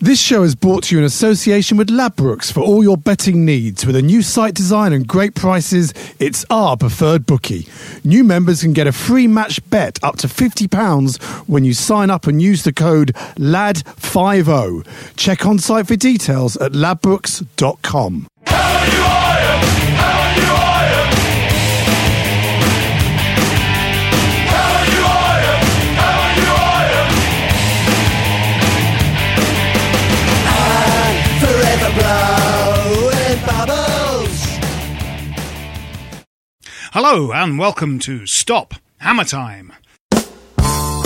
This show is brought to you in association with Labrooks for all your betting needs. With a new site design and great prices, it's our preferred bookie. New members can get a free match bet up to £50 when you sign up and use the code LAD50. Check on site for details at labrooks.com. Hello and welcome to Stop Hammer Time. Uh,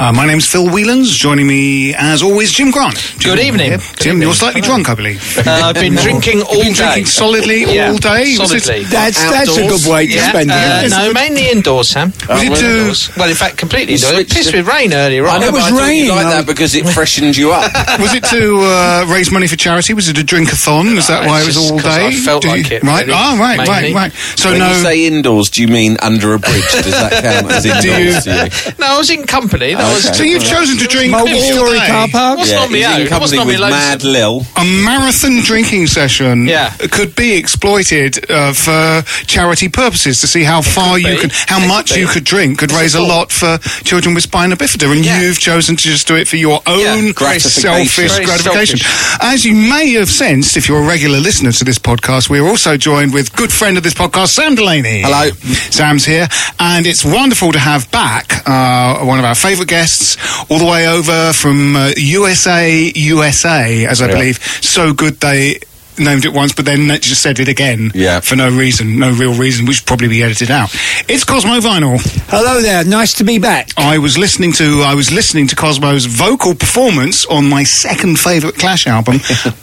Uh, my name's Phil Whelans. Joining me, as always, Jim Grant. Jim, Good evening. yeah. Good Jim, evening. you're slightly drunk, I believe. Uh, I've been drinking all day. been drinking solidly Yeah, all day? Was it- Solidly. That's- that's a Outdoors. good way to yeah. spend it. Oh, uh, Yes. No, mainly indoors, Sam. Was it, uh, Indoors. Well, in fact, completely indoors. It switched pissed to- with rain earlier on. I know, but it was thought raining. you'd Like that because it freshened you up. Was it to uh, raise money for charity? Was it a drink-a-thon? Is that No, why it it's was just all 'cause day? I felt Do you- like it, Right. really, oh, right, right, mainly. right. So when no. you say indoors, do you mean under a bridge? Does that count as indoors? Do you- to you? No, I was in company. That was so you've chosen to drink all Multi-story day. car park? What's yeah, not me he's out? in What's company not me with loads Mad of- Lil. a marathon drinking session Yeah. could be exploited uh, for charity purposes to see how far could Oh, you be. can, how It much could be. you could drink could raise a thought. lot for children with spina bifida, and Yeah. you've chosen to just do it for your own gratification. selfish Very gratification. selfish. As you may have sensed, if you're a regular listener to this podcast, we're also joined with good friend of this podcast, Sam Delaney. Hello. Sam's here, and it's wonderful to have back uh, one of our favourite guests, all the way over from uh, USA, USA, as I Yeah. believe. So good they named it once, but then they just said it again Yeah. for no reason, no real reason. We should probably be edited out. It's Cosmo Vinyl. Hello there. Nice to be back. I was listening to I was listening to Cosmo's vocal performance on my second favourite Clash album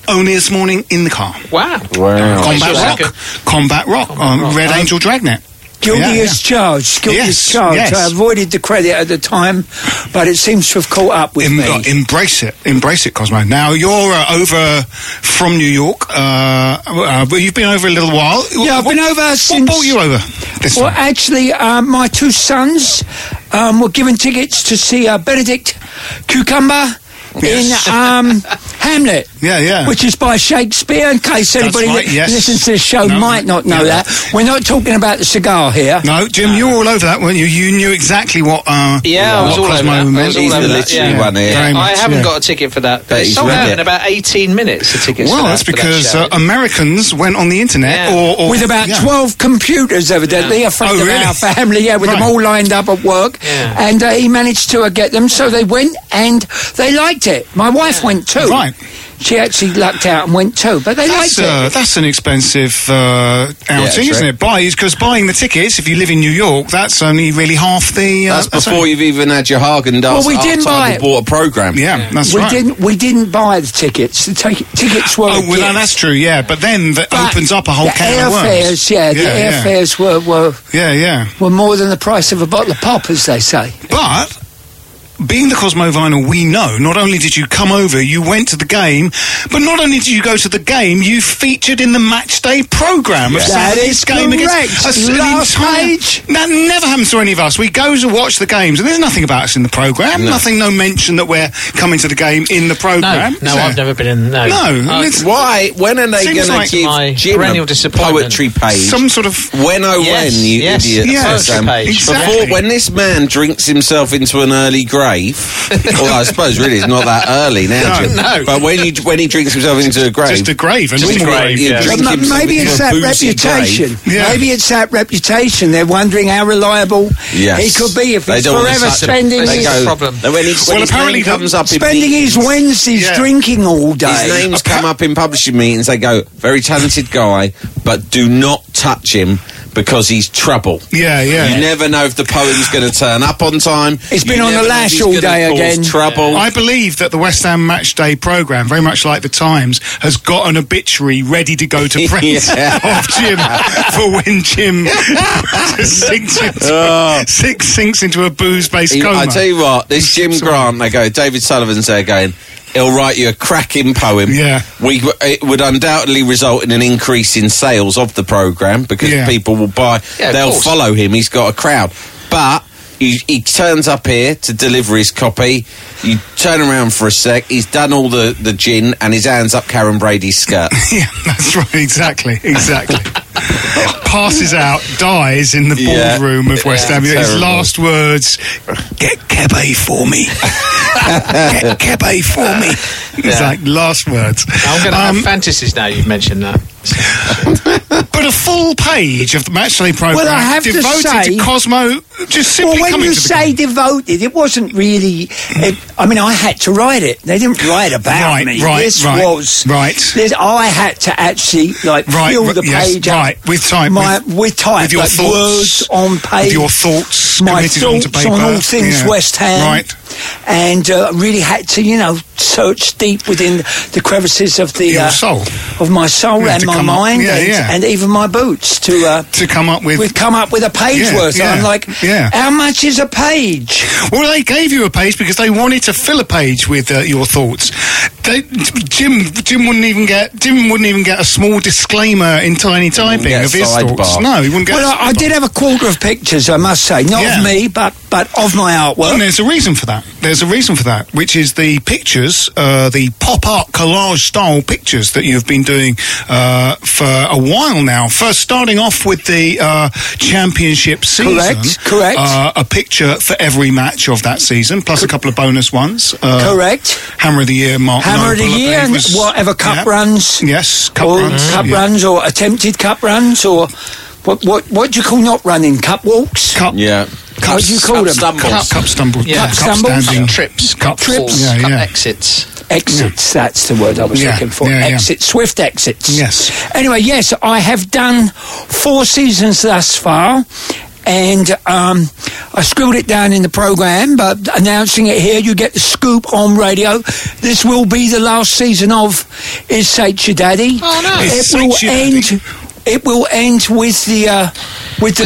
only this morning in the car. Wow. Wow. It's your Combat second. Rock, Combat Rock, um, Red Angel Dragnet. Guilty Yeah, as charged. Guilty Yes, as charged. yes. I avoided the credit at the time, but it seems to have caught up with Em- me. uh, embrace it, embrace it, Cosmo. Now you're uh, over from New York, uh, uh, but you've been over a little while. Yeah, I've been over what since- brought you over? This well, time? actually, uh, my two sons um, were given tickets to see uh, Benedict Cucumber Yes. in um, Hamlet. Yeah, yeah. Which is by Shakespeare, in case anybody right, that yes. listens to this show No, might not know yeah. that. We're not talking about the cigar here. no, Jim, you were all over that, weren't you? You knew exactly what. Uh, Yeah, I was what all over that. Cosmo I was meant. all He's over the that, literary yeah. one here. Yeah. Very I much, haven't yeah. got a ticket for that. But he's it's sold read out it. in about 18 minutes, the tickets. Well, for that, that's for that because show. uh, Americans went on the internet Yeah. or, or with about yeah. 12 computers, evidently, a friend Oh, of really? our family, yeah, with them Right. all lined up at work. Yeah. And uh, he managed to uh, get them, so they went and they liked it. My wife went too. Right. She actually lucked out and went too, but they That's, liked it. uh, that's an expensive uh, outing, that's isn't right. it? Buy because buying the tickets, if you live in New York, that's only really half the. Uh, That's before only- you've even had your Hagen Dazs. Well, we didn't buy it. bought a program. Yeah, that's we right. didn't. We didn't buy the tickets. The ta- tickets were. a Oh, well, gift. that's true. Yeah, but then that But opens up a whole the can of worms. airfares. Yeah, the yeah, airfares were were Yeah, yeah. were more than the price of a bottle of pop, as they say. But being the Cosmo Vinyl, we know not only did you come over, you went to the game, but not only did you go to the game, you featured in the match day program of Yeah. That Saturday's is game against correct. us. Last page. That never happens to any of us. We go to watch the games, and there's nothing about us in the program. Nothing, no mention that we're coming to the game in the program. no, I've never been in. No, No, Uh, it's- Why? When are they going Seems to like my give Jim perennial a disappointment. poetry page? Some sort of When oh Yes, when, you yes, idiot. yes, Sam. page. Exactly. Before, when this man drinks himself into an early grave, well, I suppose really it's not that early now, No, Jim. no. But when, you, when he drinks himself into a grave. just a grave, a Just normal grave. yeah, yeah. just- But him maybe something it's that of a boozy reputation. grave. Yeah. Maybe it's that reputation. They're wondering how reliable Yes. he could be if They he's don't want to forever start to- spending they his, go- problem. When he, when Well, his apparently name comes the- up in spending meetings- his Wednesdays Yeah. drinking all His day. names come up in publishing meetings. They go, very talented guy, but do not touch him because he's trouble. Yeah, yeah. You never know if the poem's going to turn up on time. It's been You on the never know if lash he's all gonna day cause again. Trouble. I believe that the West Ham Match Day programme, very much like the Times, has got an obituary ready to go to press Yeah. of Jim for when Jim sinks into, Oh. sinks, sinks into a booze-based He- coma. I tell you what, this Jim Grant, they go, David Sullivan's there going, he'll write you a cracking poem. Yeah. We, it would undoubtedly result in an increase in sales of the programme because Yeah. people will buy, Yeah, of they'll course. follow him, he's got a crowd. But he, he turns up here to deliver his copy. You turn around for a sec, he's done all the, the gin and his hand's up Karen Brady's skirt. yeah, that's right, exactly, exactly. Passes out, dies in the Yeah. ballroom of West Yeah, Ham. His terrible. last words: "Get Kebe for me. Get Kebe for me." It's Yeah. like last words. I'm going to Um, have fantasies now. You've mentioned that. But a full page of the matchday program Well, I have to devoted say- Cosmo just simply Well, when coming you to the say game. devoted, it wasn't really. It, I mean, I had to write it. They didn't write about Right, me. right, this right, was right. This, I had to actually like Right, fill right, the yes, page up right, with type, my, with- with, type, with your like thoughts, words on page, with your thoughts my committed thoughts onto paper. on all things Yeah. West Ham, Right. And uh, really had to, you know, search deep within the crevices of the Your uh, soul. of my soul Yeah, and to my come up- mind, yeah, and, yeah. and even my boots to uh, To come up with- we've come up with a page Yeah, worth. yeah, I'm like, yeah. how much is a page? Well, they gave you a page because they wanted to fill a page with uh, your thoughts. They, Jim, Jim wouldn't even get Jim wouldn't even get a small disclaimer in tiny typing get of his sidebar. thoughts. No, he wouldn't get. Well, a I, I sidebar. did have a quarter of pictures, I must say, not Yeah. of me, but but of my And artwork. there's a reason for that. There's a reason for that, which is the pictures, uh, the pop art collage style pictures that you've been doing uh, for a while now. First, starting off with the uh, championship season. Correct, correct. Uh, a picture for every match of that season, plus a couple of bonus ones. Uh, Correct. Hammer of the year, Mark. Hammer of the Noble, I year, believe, was- whatever cup yeah. runs. Yes, cup or runs. Cup yeah. runs or attempted cup runs or what what what do you call not running? Cup walks? Cup. yeah. How do you call them? stumbles. Cup, cup stumbles. Yeah. Cup, Cup cup stumbles? standing. Trips, cup Trips. falls, Yeah, cup yeah. exits. Exits, that's the word I was Yeah, looking for. yeah, yeah. Exits, swift exits. Yes. Anyway, yes, I have done four seasons thus far. And um, I scribbled it down in the program, but announcing it here, you get the scoop on radio. This will be the last season of Is Saint Your Daddy. Oh, no. Is It will Saint Your Daddy. end. It will end with the uh, with the With the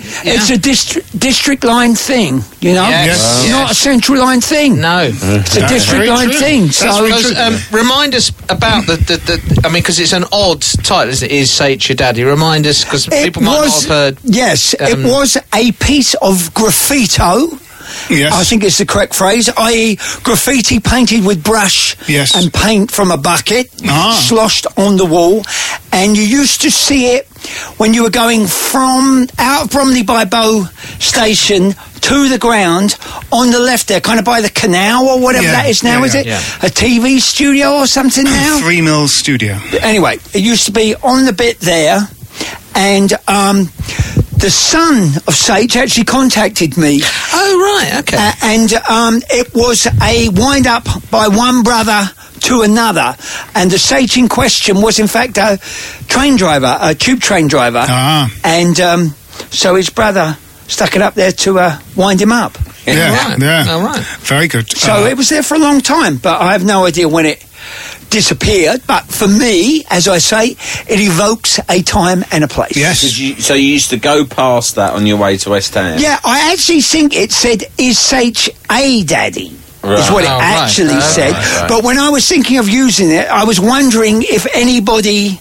Berlin- yeah. It's a dist- district line thing, you know. Yes, It's Yes. not a central line thing. No. It's a That's district very line true. thing. That's So very Because, true. um, remind us about the, the, the I mean, because it's an odd title, isn't it? Is Say It Your Daddy. Remind us, because people might not have heard. yes, um, it was a piece of graffito. Yes. I think it's the correct phrase, i.e., graffiti painted with brush Yes. and paint from a bucket, Ah. sloshed on the wall, and you used to see it when you were going from out of Bromley by Bow station to the ground on the left there, kind of by the canal or whatever Yeah, that is now, yeah, is yeah, it? yeah. A TV studio or something now? Three Mill Studio. anyway, it used to be on the bit there, and um, the son of Sage actually contacted me. Oh, right, okay. and um, it was a wind up by one brother to another, and the Sage in question was, in fact, a train driver, a tube train driver. Ah. And um, so his brother stuck it up there to uh, wind him up. Yeah, yeah. Very good. Uh-huh. So it was there for a long time, but I have no idea when it disappeared. But for me, as I say, it evokes a time and a place. Did you, so you used to go past that on your way to West Ham? Yeah, I actually think it said, is Sage a daddy? Is Right. what it Oh, right. actually Oh, said. right, right. But when I was thinking of using it, I was wondering if anybody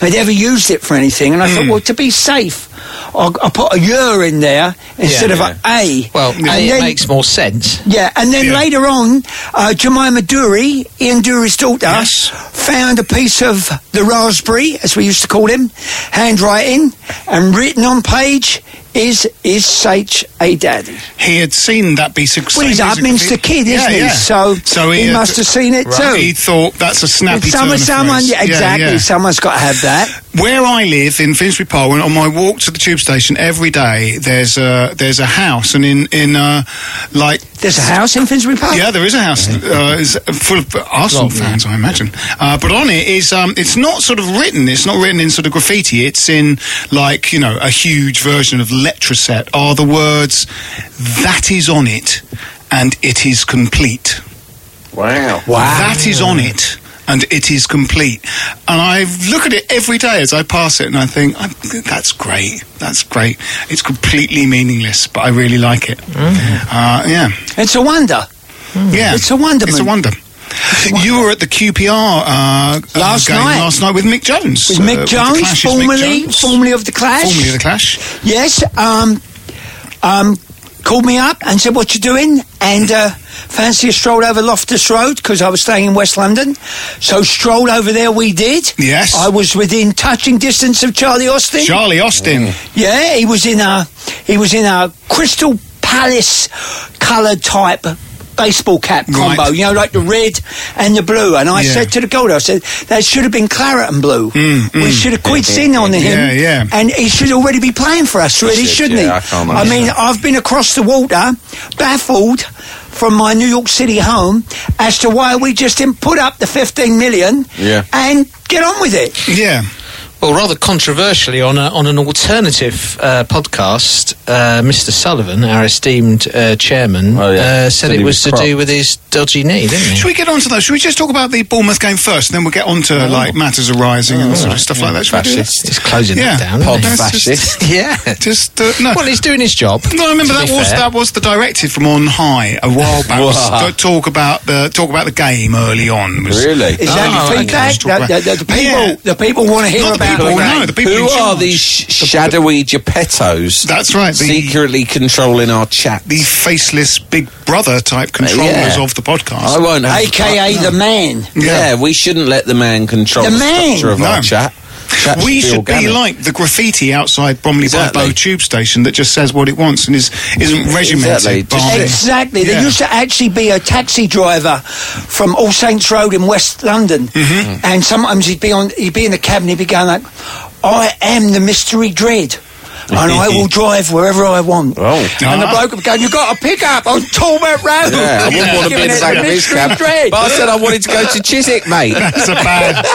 had ever used it for anything. And I thought, well, to be safe, I'll, I'll put a year in there instead Yeah. of a A. Well, And A, it then- makes more sense. yeah, and then later on, uh, Jemima Dury, Ian Dury's daughter, found a piece of the raspberry, as we used to call him, handwriting, and written on page is is Sage a daddy? He had seen that be successful. Well, he's a Upminster kid, isn't he? So, he, must have seen it too. He thought that's a snappy Someone- turn of someone- phrase." yeah, exactly, Someone's got to have that. Where I live in Finsbury Park, when on my walk to the tube station every day, there's a there's a house, and in in uh, like there's a house in Finsbury Park. Yeah, there is a house uh, is full of Arsenal fans, I imagine. Uh, but on it is um, it's not sort of written. It's not written in sort of graffiti. It's in like you know a huge version of Letraset. Are the words that is on it, and it is complete. Wow. That is on it. And it is complete. And I look at it every day as I pass it and I think, I, that's great. That's great. It's completely meaningless, but I really like it. Mm. Uh, yeah. It's a wonder. Hmm. Yeah. It's a wonder. It's a wonder. You were at the QPR uh, Last uh, game night. last night with Mick Jones. With uh, Mick the Jones, Clash's Mick formerly Jones. formerly of the Clash. Formerly of the Clash. Yes. Um, um, called me up and said, "What you doing?" And uh, fancy a stroll over Loftus Road because I was staying in West London. So stroll over there we did. Yes. I was within touching distance of Charlie Austin. Charlie Austin. Yeah, he was in a he was in a Crystal Palace coloured type baseball cap combo. You know, like the red and the blue. And I Yeah. said to the goalie, I said that should have been claret and blue. we mm. should have quid in on him. Yeah, yeah. And he should already be playing for us, really, should, shouldn't he? yeah, I can't I mean, imagine. I've been across the water, baffled from my New York City home as to why we just didn't put up the 15 million Yeah. and get on with it. Yeah. Well, rather controversially, on a, on an alternative uh, podcast, uh, Mr. Sullivan, our esteemed uh, chairman, Oh, uh, said, Said it he was, was to cropped. do with his dodgy knee, didn't he? Should we get on to those? Should we just talk about the Bournemouth game first, and then we'll get on to like matters arising and sort of stuff like that? Should we do that? Fascist. He's closing yeah. that down. Pod isn't he? fascist. yeah. Just uh, no. Well, he's doing his job. No, I remember to be that was fair. that was the directive from on high a while back. was Wow. to talk about the talk about the game early on. Was, Really? Ah, Is that Oh, the okay. feedback? Let's talk about- The, the- the people, the people want to hear Not the about people, it. no, the people Who in are charge. these sh- shadowy Geppettos? That's right. the- secretly controlling our chat. the faceless big brother type controllers Yeah. of the podcast. I won't have. AKA I- the man. Yeah. we shouldn't let the man control The the, man. structure of No. our chat. Chat we should be organic. like the graffiti outside Bromley by Bow tube station that just says what it wants and is isn't regimented. by- Exactly. There Yeah. used to actually be a taxi driver from All Saints Road in West London, Mm-hmm. and sometimes he'd be on, he'd be in the cab and he'd be going like, "I am the mystery dread." And I will drive wherever I want. Oh. And the Ah. bloke would go, You've got a pickup on Talbot Road. Yeah, I wouldn't want to be in Giving the it same police mystery cab. dread. But I said I wanted to go to Chiswick, mate. That's a bad.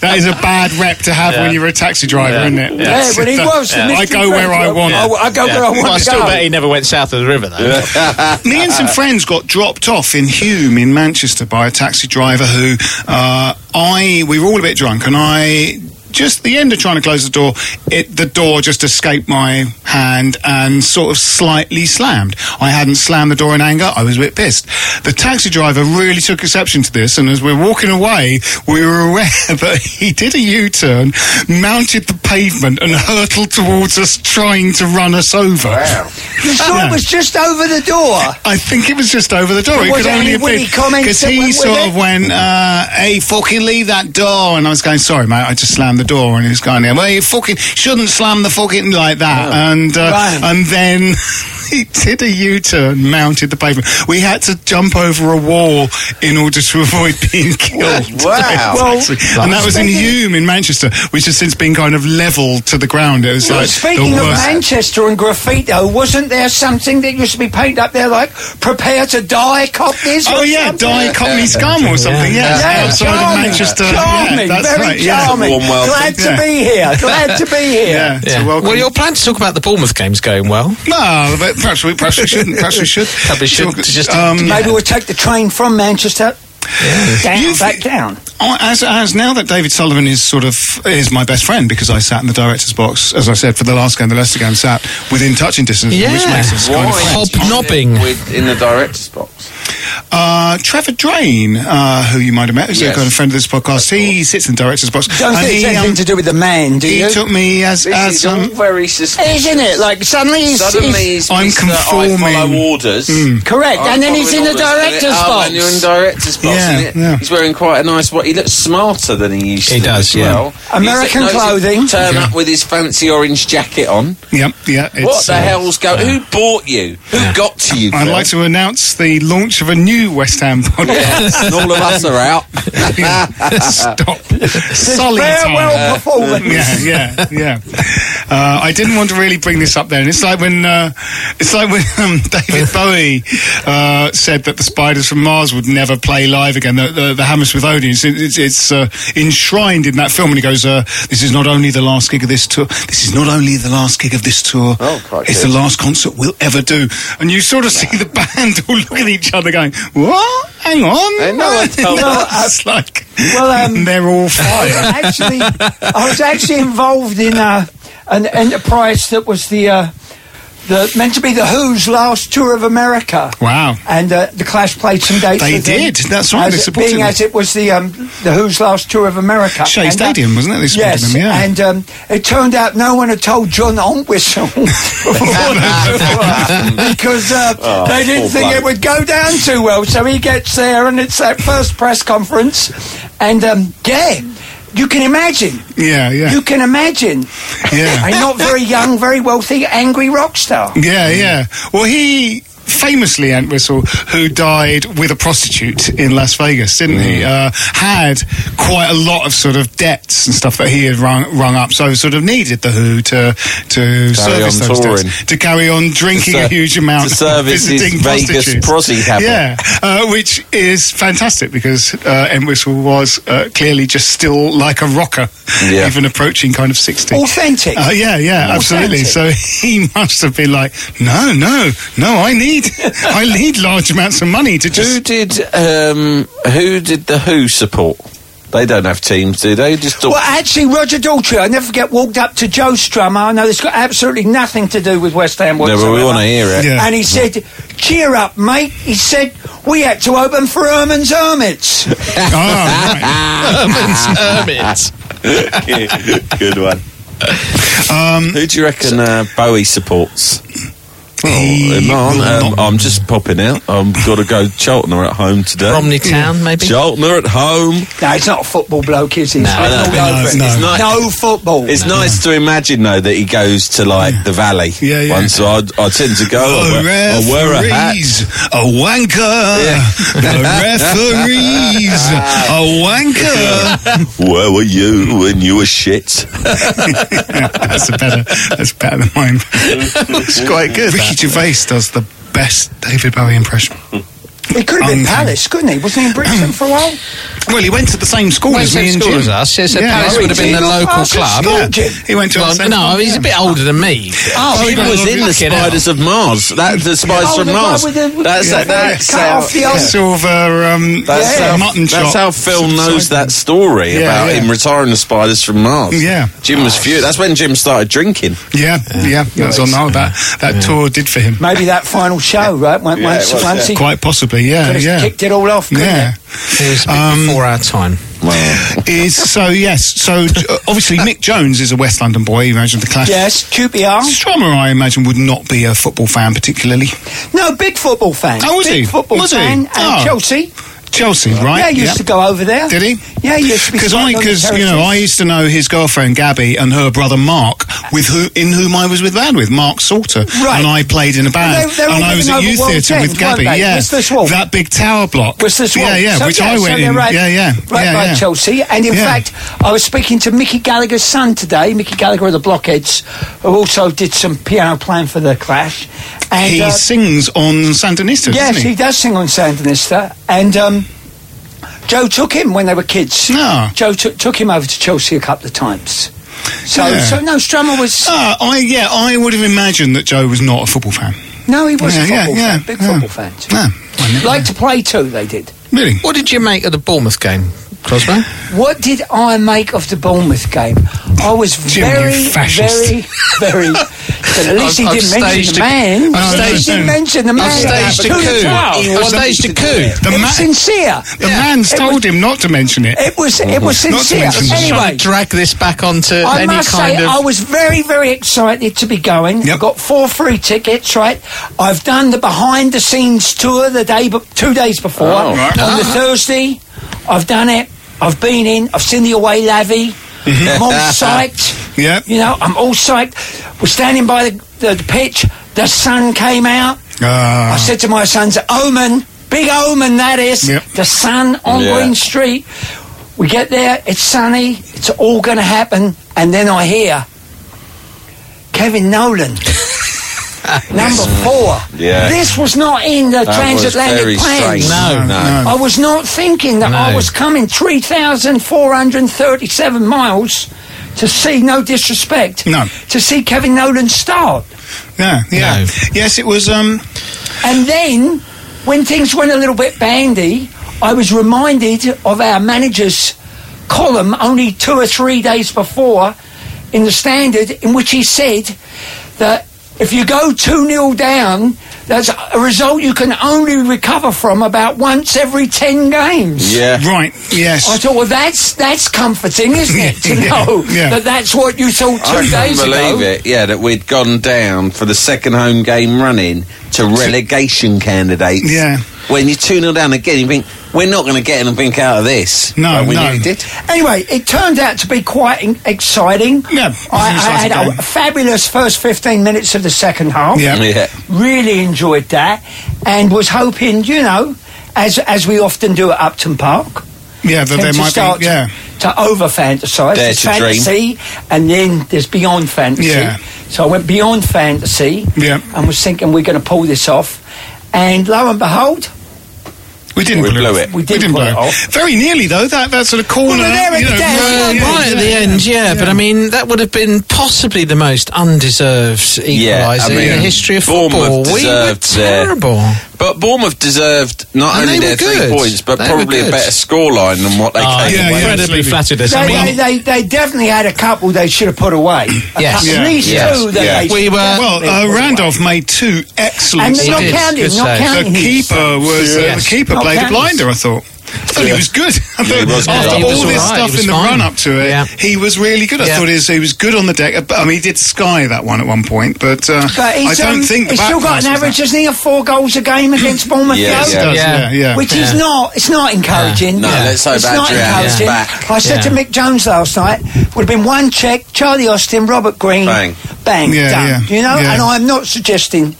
that is a bad rep to have when you're a taxi driver, isn't it? Yeah, but he was. the I mystery go where dread. I want. Oh, I, I go where I want Well, I to still go. bet he never went south of the river, though. Me and some friends got dropped off in Hume in Manchester by a taxi driver who uh, I we were all a bit drunk and I just the end of trying to close the door it the door just escaped my hand and sort of slightly slammed I hadn't slammed the door in anger I was a bit pissed the taxi driver really took exception to this and as we we're walking away we were aware that he did a U-turn mounted the pavement and hurtled towards us trying to run us over You saw Yeah. it was just over the door. I think it was just over the door. But It was could there only any have witty been comments because that he went with sort it? of went, uh, "Hey, fucking leave that door!" And I was going, "Sorry, mate, I just slammed the door." And he was going, "Well, you fucking shouldn't slam the fucking like that." And uh, Oh, Right. and then he did a U-turn, mounted the pavement. We had to jump over a wall in order to avoid being killed. Wow. It was actually- and that was in Hume in Manchester, which has since been kind of levelled to the ground. It was Well, like speaking the of worst. Manchester and graffito, wasn't there something that used to be painted up there like "Prepare to die, Cockneys"? Oh or yeah, something? die Cockney scum or something. Yeah, Yeah, outside charming, of Manchester. charming, yeah, that's very right, yeah. charming. Glad to be here. Glad to be here. Yeah, Yeah. So welcome. Well, your plan to talk about the Bournemouth game's going well. No, but perhaps we perhaps we shouldn't. Perhaps we should. Probably should. Talk- just um, Maybe we'll take the train from Manchester down, You've- back down. I- Oh, As, as now that David Sullivan is sort of is my best friend because I sat in the director's box, as I said, for the last game, the Leicester game, sat within touching distance, which makes us kind of friends. Hobnobbing. With, in the director's box. Uh, Trevor Drain, uh, who you might have met, who's a Yes. kind of friend of this podcast, he sits in the director's box. Don't and think it's he, anything um, to do with the man, do he you? took me as This as is um, all very suspicious. Isn't it? Like suddenly he's, Suddenly he's- he's I'm Mr. I conforming. Hmm. follow orders. correct, I'm and then he's in following the orders, and it- director's oh, box. and you're in director's box. Yeah, and it- yeah. He's wearing quite a nice. What he looks smarter than he used He to. does, as yeah. well. American He's- knows he'll clothing. Turn Yeah. up with his fancy orange jacket on. Yep, yeah. It's, what the uh, hell's going? Who bought you? Who got to you? I'd Phil? like to announce the launch of a new West Ham podcast. And all of us are out. Stop. This Solid farewell time. Uh, performance. yeah, yeah, yeah. Uh, I didn't want to really bring this up then. It's like when uh, it's like when um, David Bowie uh, said that the Spiders from Mars would never play live again. The, the, the Hammersmith Odeon, it's, it's, it's uh, enshrined in that film, and he goes, uh, "This is not only the last gig of this tour. This is not only the last gig of this tour. Oh, quite it's good. the last concert we'll ever do." And you sort of see the band all look at each other, going, "What? Hang on." I know, I told Well, It's like well, um, they're all I was fired. actually, I was actually involved in uh, an enterprise that was the, uh, the meant to be the Who's last tour of America. Wow. And uh, the Clash played some dates. They with them. did. That's right. As They it- supported being them. as it was the um, the Who's last tour of America. Shea And, uh, Stadium, wasn't it? They supported yes. them, yeah. And um, it turned out no one had told John Entwistle before the tour because uh, Oh, they didn't poor think bloke. it would go down too well. So he gets there, and it's that first press conference, and um, yeah. You can imagine. Yeah, yeah. You can imagine. Yeah. A not very young, very wealthy, angry rock star. Yeah, yeah. Well, he famously Entwistle, who died with a prostitute in Las Vegas, didn't Mm. he? Uh, had quite a lot of sort of debts and stuff that he had rung, rung up, so sort of needed the Who to to service on those touring. debts, to carry on drinking To a ser- huge amount, to service his visiting Vegas prostitutes. prosy habit. Yeah, uh, which is fantastic because uh, Entwistle was uh, clearly just still like a rocker, Yeah. Oh. even approaching kind of sixty. Authentic. Uh, yeah, yeah, absolutely. So he must have been like, no, no, no. I need, I need large amounts of money to Who just. did um, who did the Who support? They don't have teams, do they? Just all- Well, actually, Roger Daltrey, I never forget, walked up to Joe Strummer. I know this got absolutely nothing to do with West Ham No, whatsoever. but we want to hear it. Yeah. And he said, cheer up, mate. He said, we had to open for Herman's Hermits. Oh, right. Hermits. Good one. Who do you reckon uh, Bowie supports? He will um, not- I'm just popping out. I've got to go. Charlton are at home today. Romney Town, maybe. Charlton are at home. no, it's not a football bloke, is he? No, don't think no, no. It's not- football. It's nice to imagine though that he goes to like the Valley. Yeah, yeah. Once I, I tend to go. I The wear, I wear a hat. referees, a wanker. The referees, a wanker. Where were you when you were shit? that's a better. That's better than mine. it's quite good. Ricky Gervais does the best David Bowie impression. He could have Um, been Palace, couldn't he? Wasn't he in Brixton for a while? Well, he went to the same school Went as to the me same and school Jim. as us, yeah, so Palace I would have went been to- the local Parker's club. school, Yeah. Jim. He went to the Well, same no, school, he's a yeah. bit older than me. Oh, he was in the Fucking Spiders of Mars. That the Spiders Oh, from the guy Mars. with the- That's Yeah. that. That's Cut how. off the old- silver um, That's, uh, how, mutton that's chop. how Phil knows that story Yeah, about yeah. him retiring the spiders from Mars. Yeah. Jim was furious. That's when Jim started drinking. Yeah, yeah, that's on now. That that tour did for him. Maybe that final show, right? Once, once, it was, once he Quite possibly, yeah, could have yeah, kicked it all off, couldn't yeah. Um, he? It was a bit before our time. Is so yes. So j- uh, obviously, Mick Jones is a West London boy. You imagine the clash. Yes, QPR. Strummer, I imagine, would not be a football fan particularly. No, big football fan. Oh, was big he? Football Was he? fan. And Oh. Chelsea. Chelsea, right? Yeah, he used Yep. to go over there. Did he? Yeah, he used to be Because sat I, on the because you know, I terraces. used to know his girlfriend Gabby and her brother Mark with who in whom I was with band with Mark Salter, Right. and I played in a band, And they- they were and I was living at over Youth World Theatre End, with Gabby. weren't they? Yeah, Whistler Swamp. that big tower block. Whistler Swamp. Yeah, yeah, So, which yeah, I so went they're in. right- yeah, yeah, right yeah, by yeah. Chelsea. And in Yeah. fact, I was speaking to Mickey Gallagher's son today, Mickey Gallagher of the Blockheads, who also did some piano playing for the Clash. And he uh, sings on Sandinistas. Yes, doesn't he? he? does sing on Sandinista. And um, Joe took him when they were kids. No. Ah. Joe took took him over to Chelsea a couple of times. So, Yeah. so no, Strummer was. Uh, I yeah, I would have imagined that Joe was not a football fan. No, he was a Yeah, yeah, football yeah, fan, big yeah. football fan. Like to play too, they did. Really? What did you make of the Bournemouth game, Crosby? What did I make of the Bournemouth game? I was Jim, you very, fascist. very, very. But at least he I've- I've didn't mention staged the a- man. I've He staged- didn't mention the I've man. staged a Who the coup. crowd? I've staged a coup. It The was ma- sincere. The man told him not to mention it. It was- it was Not to sincere. mention it. Anyway. Trying to drag this back onto I any must kind say, of. I was very, very excited to be going. I got four free tickets, right? I've done the behind the scenes tour the day, be- two days before. Oh, right. On the Thursday, I've done it. I've been in. I've seen the away lavvy. I'm all psyched. Yeah. You know, I'm all psyched. We're standing by the, the, the pitch. The sun came out. I Ah. said to my sons, Omen, big Omen that is, Yep. the sun on Yeah. Green Street. We get there, it's sunny, it's all going to happen, and then I hear Kevin Nolan, number four. Yeah. This was not in the That was very transatlantic plans. strange. No, No, no. I was not thinking that I No. was coming 3,437 miles to see, no disrespect, no. to see Kevin Nolan start. Yeah, yeah. Yes, it was. Um, and then, when things went a little bit bandy, I was reminded of our manager's column only two or three days before in the Standard, in which he said that if you go 2 0 down, that's a result you can only recover from about once every 10 games. Yeah. Right, yes. I thought, well, that's that's comforting, isn't it? To Yeah, know yeah. that that's what you thought two I can't days ago. believe it. Yeah, that we'd gone down for the second home game running to relegation candidates. Yeah. When you're 2 0 down again, you think, we're not going to get anything out of this. No, But we no. nearly did. Anyway, it turned out to be quite in- exciting. Yeah, I, I nice had game. a fabulous first 15 minutes of the second half. Yeah. Yeah. Really enjoyed that and was hoping, you know, as as we often do at Upton Park. Yeah, that tend there to might be- start to- yeah. To over fantasise, Dare there's to dream. fantasy, and then there's beyond fantasy. Yeah. So I went beyond fantasy Yeah. and was thinking we're going to pull this off. And lo and behold, we didn't We blow blew it. it. We did not blow blow it off. Very nearly though. That that sort of corner. you know, Well, yeah, right yeah, at the yeah. end, yeah, But I mean, that would have been possibly the most undeserved equaliser in the history of football. Bournemouth We were deserved their- terrible. But Bournemouth deserved not And only they were their good. three points, but They were probably a good. better scoreline than what they Oh, came yeah, away yeah, with. absolutely flattered us. They, they, they, they definitely had a couple they should have put away. A Yes. couple- Yeah. At least Yes. two that Yeah. they We were- definitely Well, put uh, away. Randolph made two excellent. And they're not saves. counting, Good not save. counting The his keeper saves. was uh, the Yes. keeper Not played a counting. blinder. I thought. I thought he Yeah. was good. I Yeah, he thought was good. after He was all this alright. stuff He in the was fine. run up to it, Yeah. he was really good. I Yeah. thought he was, he was good on the deck. But, I mean, he did sky that one at one point, but, uh, But I he's, don't um, think the he's back still got pass an was average, isn't he, of four goals a game against Bournemouth? Yes, though? he does, yeah, yeah. Which is Yeah. not, it's not encouraging. No, let's hope it's not Adrian's encouraging. back. I said to Yeah. Mick Jones last night, would have been one check, Charlie Austin, Robert Green, Bang. bang, Yeah, done. yeah, You know, yeah. and I'm not suggesting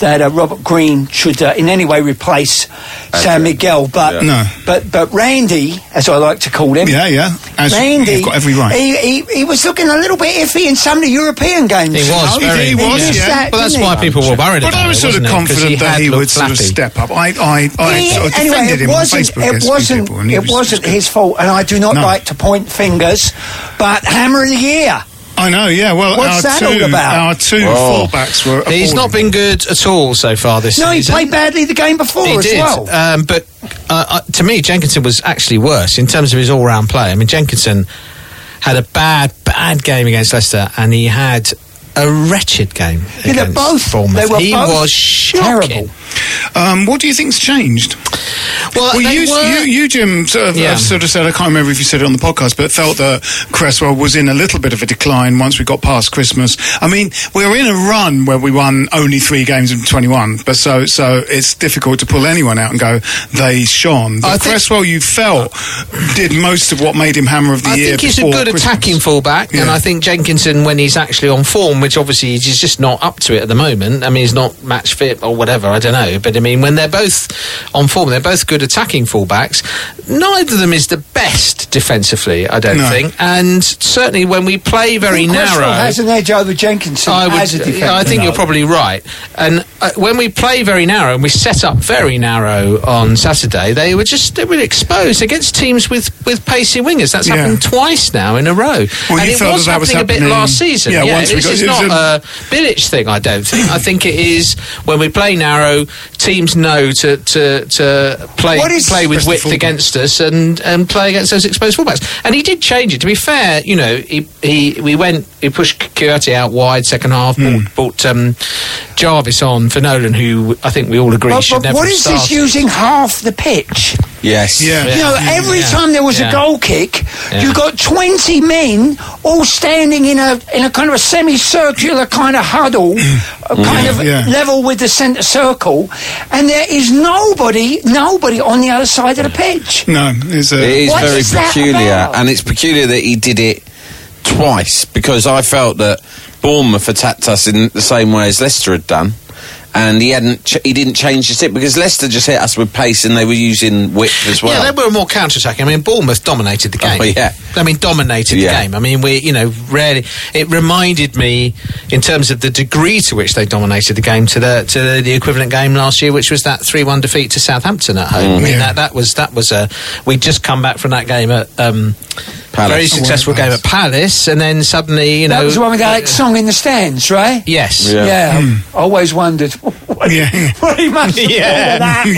that uh, Robert Green should uh, in any way replace Sam Miguel, but Yeah. No. but but Randy, as I like to call him, Yeah, yeah, as- Randy, you've got every right. He, he, he was looking a little bit iffy in some of the European games. He you was know? very- He was, missed yeah. that, Well, that's didn't why he? people were worried But about I was it, sort of wasn't it? 'Cause confident he that had he would looked sort of flappy. step up. I, I, I He- sort of defended anyway, it him on wasn't, Facebook. it against a few wasn't, people, and he it was- wasn't his fault, and I do not No. like to point fingers, but hammer of the year. I know, yeah. Well, what's our that two, all about? Our two Whoa. fullbacks were. He's not been good at all so far this no, he season. played badly the game before He as did, well. um, but uh, uh, to me, Jenkinson was actually worse in terms of his all-round play. I mean, Jenkinson had a bad, bad game against Leicester, and he had a wretched game. Yeah, they're against both- Bournemouth. they were he both was shocking. Um, what do you think's changed? Well, they you, were- you, you, Jim, sort of, Yeah. have sort of said, I can't remember if you said it on the podcast, but felt that Cresswell was in a little bit of a decline once we got past Christmas. I mean, we were in a run where we won only three games in 21, but so, so it's difficult to pull anyone out and go, they shone. But Cresswell, you felt, did most of what made him Hammer of the I Year think he's a before good Christmas. attacking fullback, and Yeah. I think Jenkinson, when he's actually on form, which obviously he's just not up to it at the moment. I mean, he's not match fit or whatever. I don't know, but I mean, when they're both on form, they're both good attacking fullbacks. Neither of them is the best defensively, I don't No. think, and certainly when we play very Well, Cresswell narrow. has an edge over Jenkinson I, as a would, defender. I think you're probably right. And uh, when we play very narrow and we set up very narrow on Saturday, they were just they were exposed against teams with, with pacey wingers. That's Yeah. happened twice now in a row. Well, and you it felt was, that that was happening a bit happening- last season. yeah, once we this got- is it was not uh, a- a Bilic thing. I don't think. I think it is when we play narrow. Teams know to to, to play What is- play with Press the width fullback. against us and and play against those exposed fullbacks. And he did change it. To be fair, you know, he he we went he pushed Curti out wide second half, Hmm. brought, brought um, Jarvis on for Nolan, who I think we all agree But, should but never what have is this started. using half the pitch? Yes. You know, every time there was Yeah. a goal kick, Yeah. you got twenty men all standing in a in a kind of a semicircular kind of huddle, uh, Mm. kind of Yeah. level with the centre circle, and there is nobody, nobody on the other side of the pitch. No, it's uh, a, It is What very is that peculiar, about? and it's peculiar that he did it twice because I felt that Bournemouth attacked us in the same way as Leicester had done, and he hadn't ch- he didn't change the tip because Leicester just hit us with pace and they were using width as well. Yeah, they were more counter-attacking. I mean, Bournemouth dominated the game. Oh, yeah. I mean, dominated Yeah. the game. I mean, we, you know, rarely. It reminded me, in terms of the degree to which they dominated the game, to the to the, the equivalent game last year, which was that three-one defeat to Southampton at home. I mean, that that was that was a we just come back from that game at um, Palace. very Oh, successful game at Palace, and then suddenly, you know, that was the one with Alex Song in the stands, right? Yes. Yeah. I always wondered. What, Hmm. yeah. what he must have thought of that one.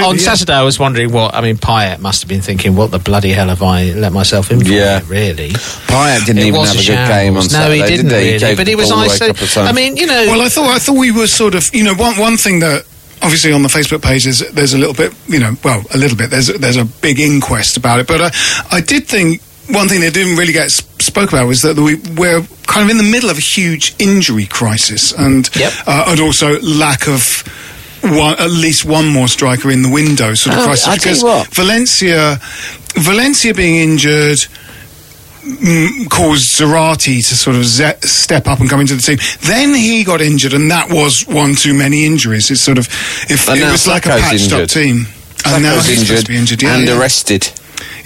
Well, on Saturday, I was wondering what. I mean, Payet must have been thinking, "What the bloody hell have I let myself in for?" Yeah. really. Payet didn't It even was have a a good game on shambles. No, Saturday, he didn't did he? He really, gave but the he was ball away iso- a couple of times. I mean, you know- Well, I thought I thought we were sort of you know one one thing that obviously on the Facebook page is there's a little bit you know well a little bit there's a- there's a big inquest about it, but uh, I did think one thing that didn't really get s- spoke about was that we we're kind of in the middle of a huge injury crisis and uh, and also lack of. One, at least one more striker in the window, sort of Oh, crisis. I tell you because what. Valencia, Valencia being injured, mm, caused Zarate to sort of ze- step up and come into the team. Then he got injured, and that was one too many injuries. It's sort of if And it now was like a Saka's patched up injured. team, and now Saka's he's supposed to be injured yeah, and yeah. arrested.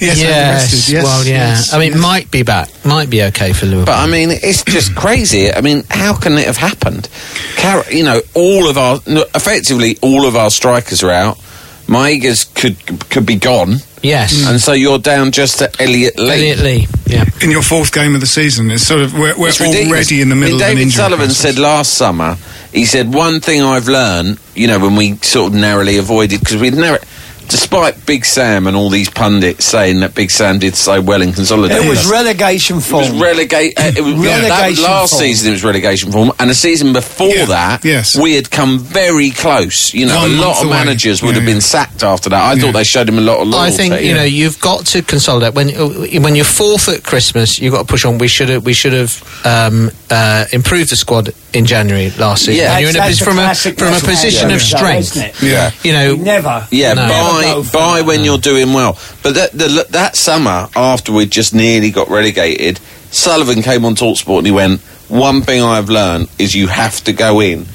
Yes, and yes. arrested, yes, well, yeah. yes, I mean, yes. might be back. Might be okay for Liverpool. But I mean, it's just crazy. I mean, how can it have happened? Car- you know, all of our no, effectively all of our strikers are out. Maegas could could be gone, yes. and so you're down just to Elliot Lee. Elliot Lee. Yeah. in your fourth game of the season, it's sort of we're, we're It's ridiculous. already in the I mean, middle of an David injury Sullivan crisis. said last summer, he said, one thing I've learned, you know, when we sort of narrowly avoided, because we'd narrow, despite Big Sam and all these pundits saying that Big Sam did so well in consolidating. It was us, relegation it was form. relegate. uh, it was, Relegation that was last form. season it was relegation form, and the season before Yeah, that, yes. we had come very close. You know, One a lot month of away. managers would Yeah, have yeah. been sacked after that. I Yeah. thought they showed him a lot of I loyalty. think you know you've got to consolidate when when you're fourth at Christmas. You've got to push on. We should have we should have um, uh, improved the squad in January last season. Yeah. you're in a, That's- pos- that's from the a classic from a West Ham position of though, strength. isn't it? Yeah. You know, Never. Yeah, No. Never buy go for buy when you're doing well. But that the, that summer after we just nearly got relegated, Sullivan came on Talksport and he went, "One thing I've learned is you have to go in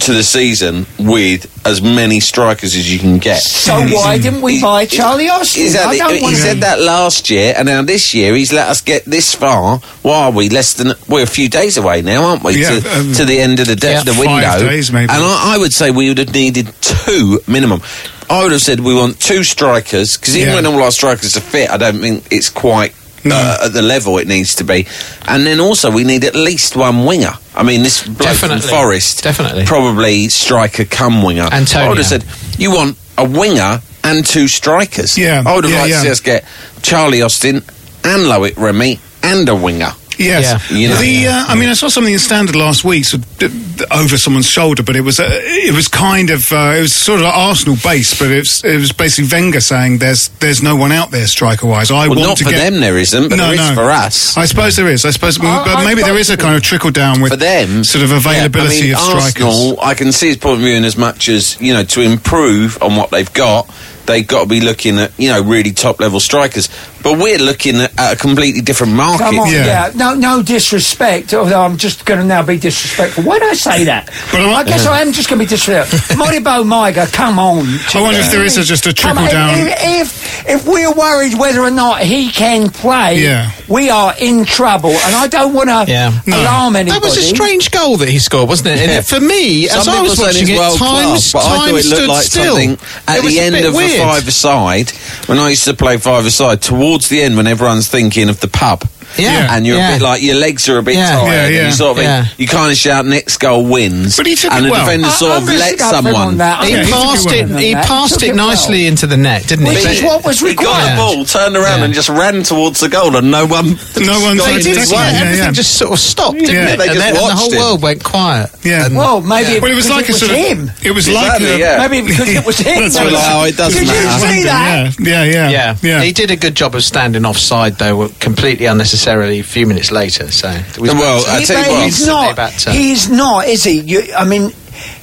to the season with as many strikers as you can get." Mm-hmm. So why didn't we He- buy Charlie Austin? He's had I it- don't he want said that last year, and now this year he's let us get this far. Why are we less than? We're a few days away now, aren't we? Yeah, to, um, to the end of the, de- Yeah. the Five window. days maybe. And I, I would say we would have needed two minimum. I would have said we want two strikers because even Yeah. when all our strikers are fit, I don't think it's quite. No. Uh, at the level it needs to be, and then also we need at least one winger. I mean, this bloke from Definitely. Forest, Definitely. probably striker come winger. I would Antonio. have said you want a winger and two strikers. Yeah, I would have yeah, liked yeah. to see us get Charlie Austin and Loic Remy and a winger. Yes. Yeah. You know, the, yeah. Uh, I mean, I saw something in Standard last week so, d- d- over someone's shoulder, but it was uh, it was kind of uh, it was sort of Arsenal based, but it's it was basically Wenger saying there's there's no one out there striker wise. I Well, want not to for get them there isn't, but no, there is no. for us. I suppose there is. I suppose, but maybe there is a kind of trickle down with for them sort of availability yeah, I mean, of strikers. Arsenal, I can see his point of view in as much as you know to improve on what they've got. They've got to be looking at you know really top level strikers, but we're looking at, at a completely different market. Come on, yeah. No, no disrespect. Although I'm just going to now be disrespectful. Why do I say that? I guess I am just going to be disrespectful. Moribo Maiga, come on. I wonder if there is a- just a Come trickle on, down. If, if if we're worried whether or not he can play, Yeah. we are in trouble. And I don't want to Yeah. alarm anybody. That was a strange goal that he scored, wasn't it? And Yeah. it- for me, as Some I people was saying watching it's it, world time, class, but I time thought it looked stood like still. something It at was the a end bit of the weird. five aside. When I used to play five aside, towards the end, when everyone's thinking of the pub, Yeah. and you're Yeah. a bit like your legs are a bit Yeah. tired, Yeah, and yeah. you sort of Yeah. you kind of shout next goal wins, But he took and it the well. defender I- sort I'm of gonna let stick up for him on someone. that. He Yeah, he passed took it it. well. He He passed took it it well. nicely into the net, didn't he? Which is what was He got required. the ball, turned around, and just ran towards the goal, and no one, No one got They in did, his yeah, way. everything just sort of stopped, didn't Yeah. it? They and, just then- and the watched whole it. world went quiet. Yeah. And- Well, Oh, maybe Well, it was because like a sort of- him. it was Exactly, like a, yeah. Maybe because it was him. That's what Maybe- I- oh, it doesn't Did you matter. see that? Yeah, yeah, yeah. yeah, yeah. he did a good job of standing offside, though, completely unnecessarily. A few minutes later, so Well, Oh, I He- tell but you what, he's not. About, uh, he's not, is he? You, I mean,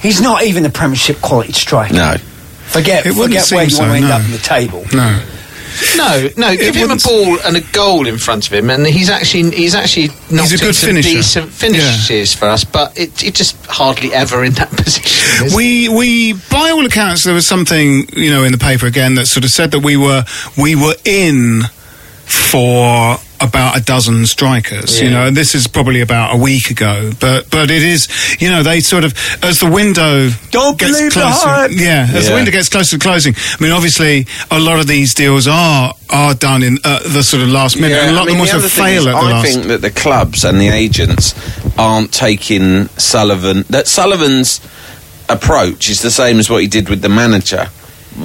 he's not even a Premiership quality striker. No, Forget, It wouldn't forget seem where you so, want to end no. up in the table. No. No, no. Give him a wouldn't- ball and a goal in front of him, and he's actually he's actually knocked a in good some finisher. decent finishes for us. But it, it just hardly ever in that position. is We we by all accounts there was something you know in the paper again that sort of said that we were we were in for about a dozen strikers you Yeah. know and this is probably about a week ago but but it is you know they sort of as the window Don't gets believe the closer hype. yeah as the Yeah. window gets closer to closing i mean obviously a lot of these deals are are done in uh, the sort of last minute and I a lot of mean, them the also other thing fail is at the I last think that the clubs and the agents aren't taking Sullivan. That Sullivan's approach is the same as what he did with the manager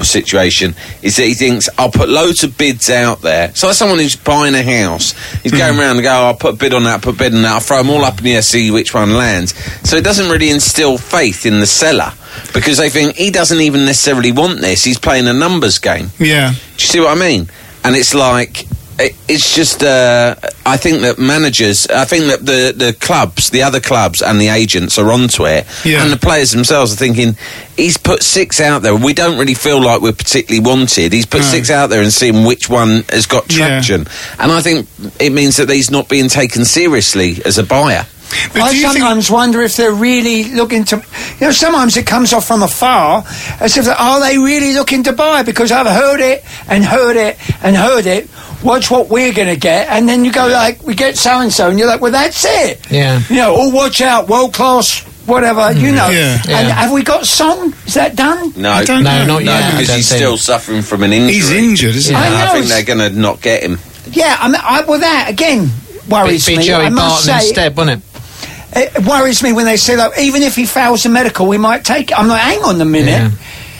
situation. Is that he thinks I'll put loads of bids out there. So that's someone who's buying a house. He's going around and go, I'll put a bid on that, put a bid on that. I'll throw them all up in the air, see which one lands. So it doesn't really instill faith in the seller because they think he doesn't even necessarily want this. He's playing a numbers game. yeah Do you see what I mean? And it's like it, it's just. Uh, I think that managers, I think that the the clubs, the other clubs, and the agents are onto it, Yeah. and the players themselves are thinking he's put six out there. We don't really feel like we're particularly wanted. He's put No. six out there and seeing which one has got Yeah. traction, and I think it means that he's not being taken seriously as a buyer. but I do you think sometimes wonder if they're really looking to. You know, sometimes it comes off from afar as if are they really looking to buy? Because I've heard it and heard it and heard it. Watch what we're going to get, and then you go like, we get so and so, and you're like, well, that's it. Yeah. You know, oh, watch out, world class, whatever. You know. Mm-hmm. Yeah. And Yeah. have we got something? Is that done? No, I don't No, know. not no, yet, I because don't he's think. still suffering from an injury. he's injured isn't I And know, I think it's- they're going to not get him. Yeah. I mean, I, well, that again worries be me. Joey I Barton must say, instead, wasn't it? it worries me when they say like, even if he fails the medical, we might take. it. I'm like, hang on a minute.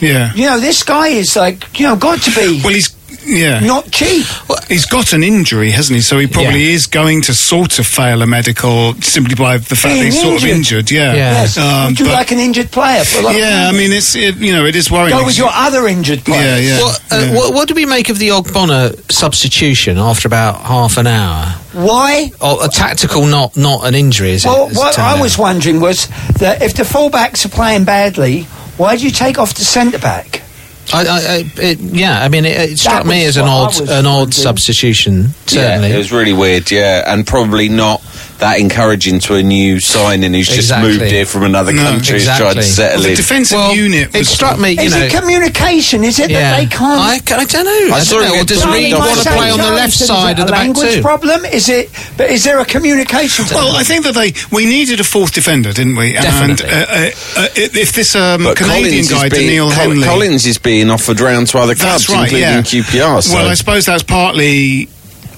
Yeah. he yeah You know, this guy is like, you know, got to be well he's yeah not cheap. He's got an injury, hasn't he? So he probably is going to sort of fail a medical simply by the fact that Being he's sort of injured. injured. Yeah. Yeah. Yes. Um, Would you but- like an injured player? But like, yeah. I mean, it's it, you know it is worrying. go with your other injured yeah, player. yeah. what, uh, yeah. What, what do we make of the Ogbonna substitution after about half an hour? Why? Or a tactical, not not an injury. Is Well, it, uh, as it what turned I out? was wondering was that if the fullbacks are playing badly, why do you take off the centre back? I, I, I, it, yeah, I mean, it, it struck me as was an what I odd, was an odd wondering. substitution. Certainly, Yeah, it was really weird, yeah, and probably not that encouraging to a new signing who's Exactly. just moved here from another No, country who's tried to exactly. settle Well, the in. defensive Well, unit. it Was, struck me. You is know, it communication? Is it yeah. that they can't? I, ca- I don't know. I I, saw don't him know. Or get does dumped Reed on want the to play on the same left Is it side a of the back language too? problem? Is it? But is there a communication? well, I think that they we needed a fourth defender, didn't we? Definitely. And uh, uh, uh, if this um, But Canadian Collins guy, is being, Daniel Col- Henley, Collins is being offered round to other clubs, including QPR. So. Well, I suppose that's partly